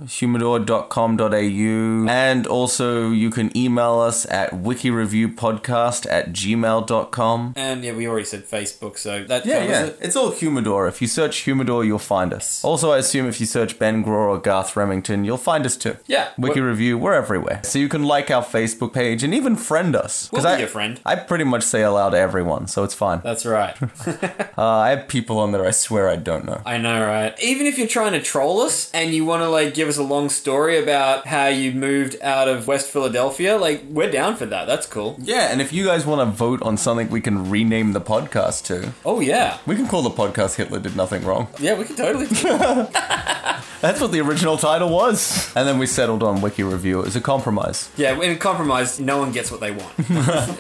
Speaker 5: humidor.com.au. And also, you can email us at wikireviewpodcast at gmail.com.
Speaker 2: And yeah, we already said Facebook, so that
Speaker 5: Yeah,
Speaker 2: covers
Speaker 5: yeah.
Speaker 2: it.
Speaker 5: It's all Humidor. If you search Humidor, you'll find us. Also, I assume if you search Ben Gror or Garth Remington, you'll find us too.
Speaker 2: Yeah.
Speaker 5: Wiki
Speaker 2: We're-
Speaker 5: Review, we're everywhere. So you can like our Facebook page and even friend us. 'Cause
Speaker 2: We'll be
Speaker 5: I,
Speaker 2: your friend.
Speaker 5: I pretty much say aloud to everyone, so it's fine.
Speaker 2: That's right.
Speaker 5: Uh, I have people on there I swear I don't know.
Speaker 2: I know, right? Even if you're trying to troll us and you want to like give us a long story about how you moved out of West Philadelphia, like we're down for that. That's cool.
Speaker 5: Yeah, and if you guys want to vote on something we can rename the podcast to,
Speaker 2: Oh yeah,
Speaker 5: we can call the podcast Hitler Did Nothing Wrong.
Speaker 2: yeah, we can totally.
Speaker 5: That's what the original title was. And then we settled on Wiki Review. It was a compromise.
Speaker 2: yeah, in compromise, no one gets what they want.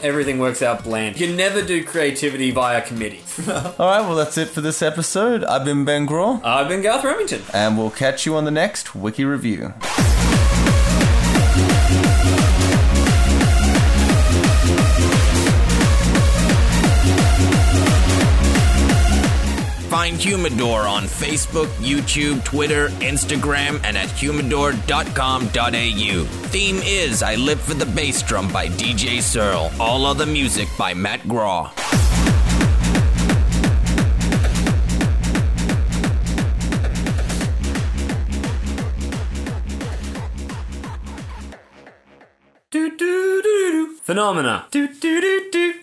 Speaker 2: Everything works out bland. You never do creativity via committee.
Speaker 5: All right, well, that's it for this episode. I've been Ben Graw,
Speaker 2: I've been Garth Remington.
Speaker 5: and we'll catch you on the next Wiki Review.
Speaker 1: Find Humidor on Facebook, YouTube, Twitter, Instagram, and at humidor.com.au. Theme is I Live for the Bass Drum by DJ Searle. All other music by Matt Graw.
Speaker 2: Do do do do. Phenomena. Do do do do.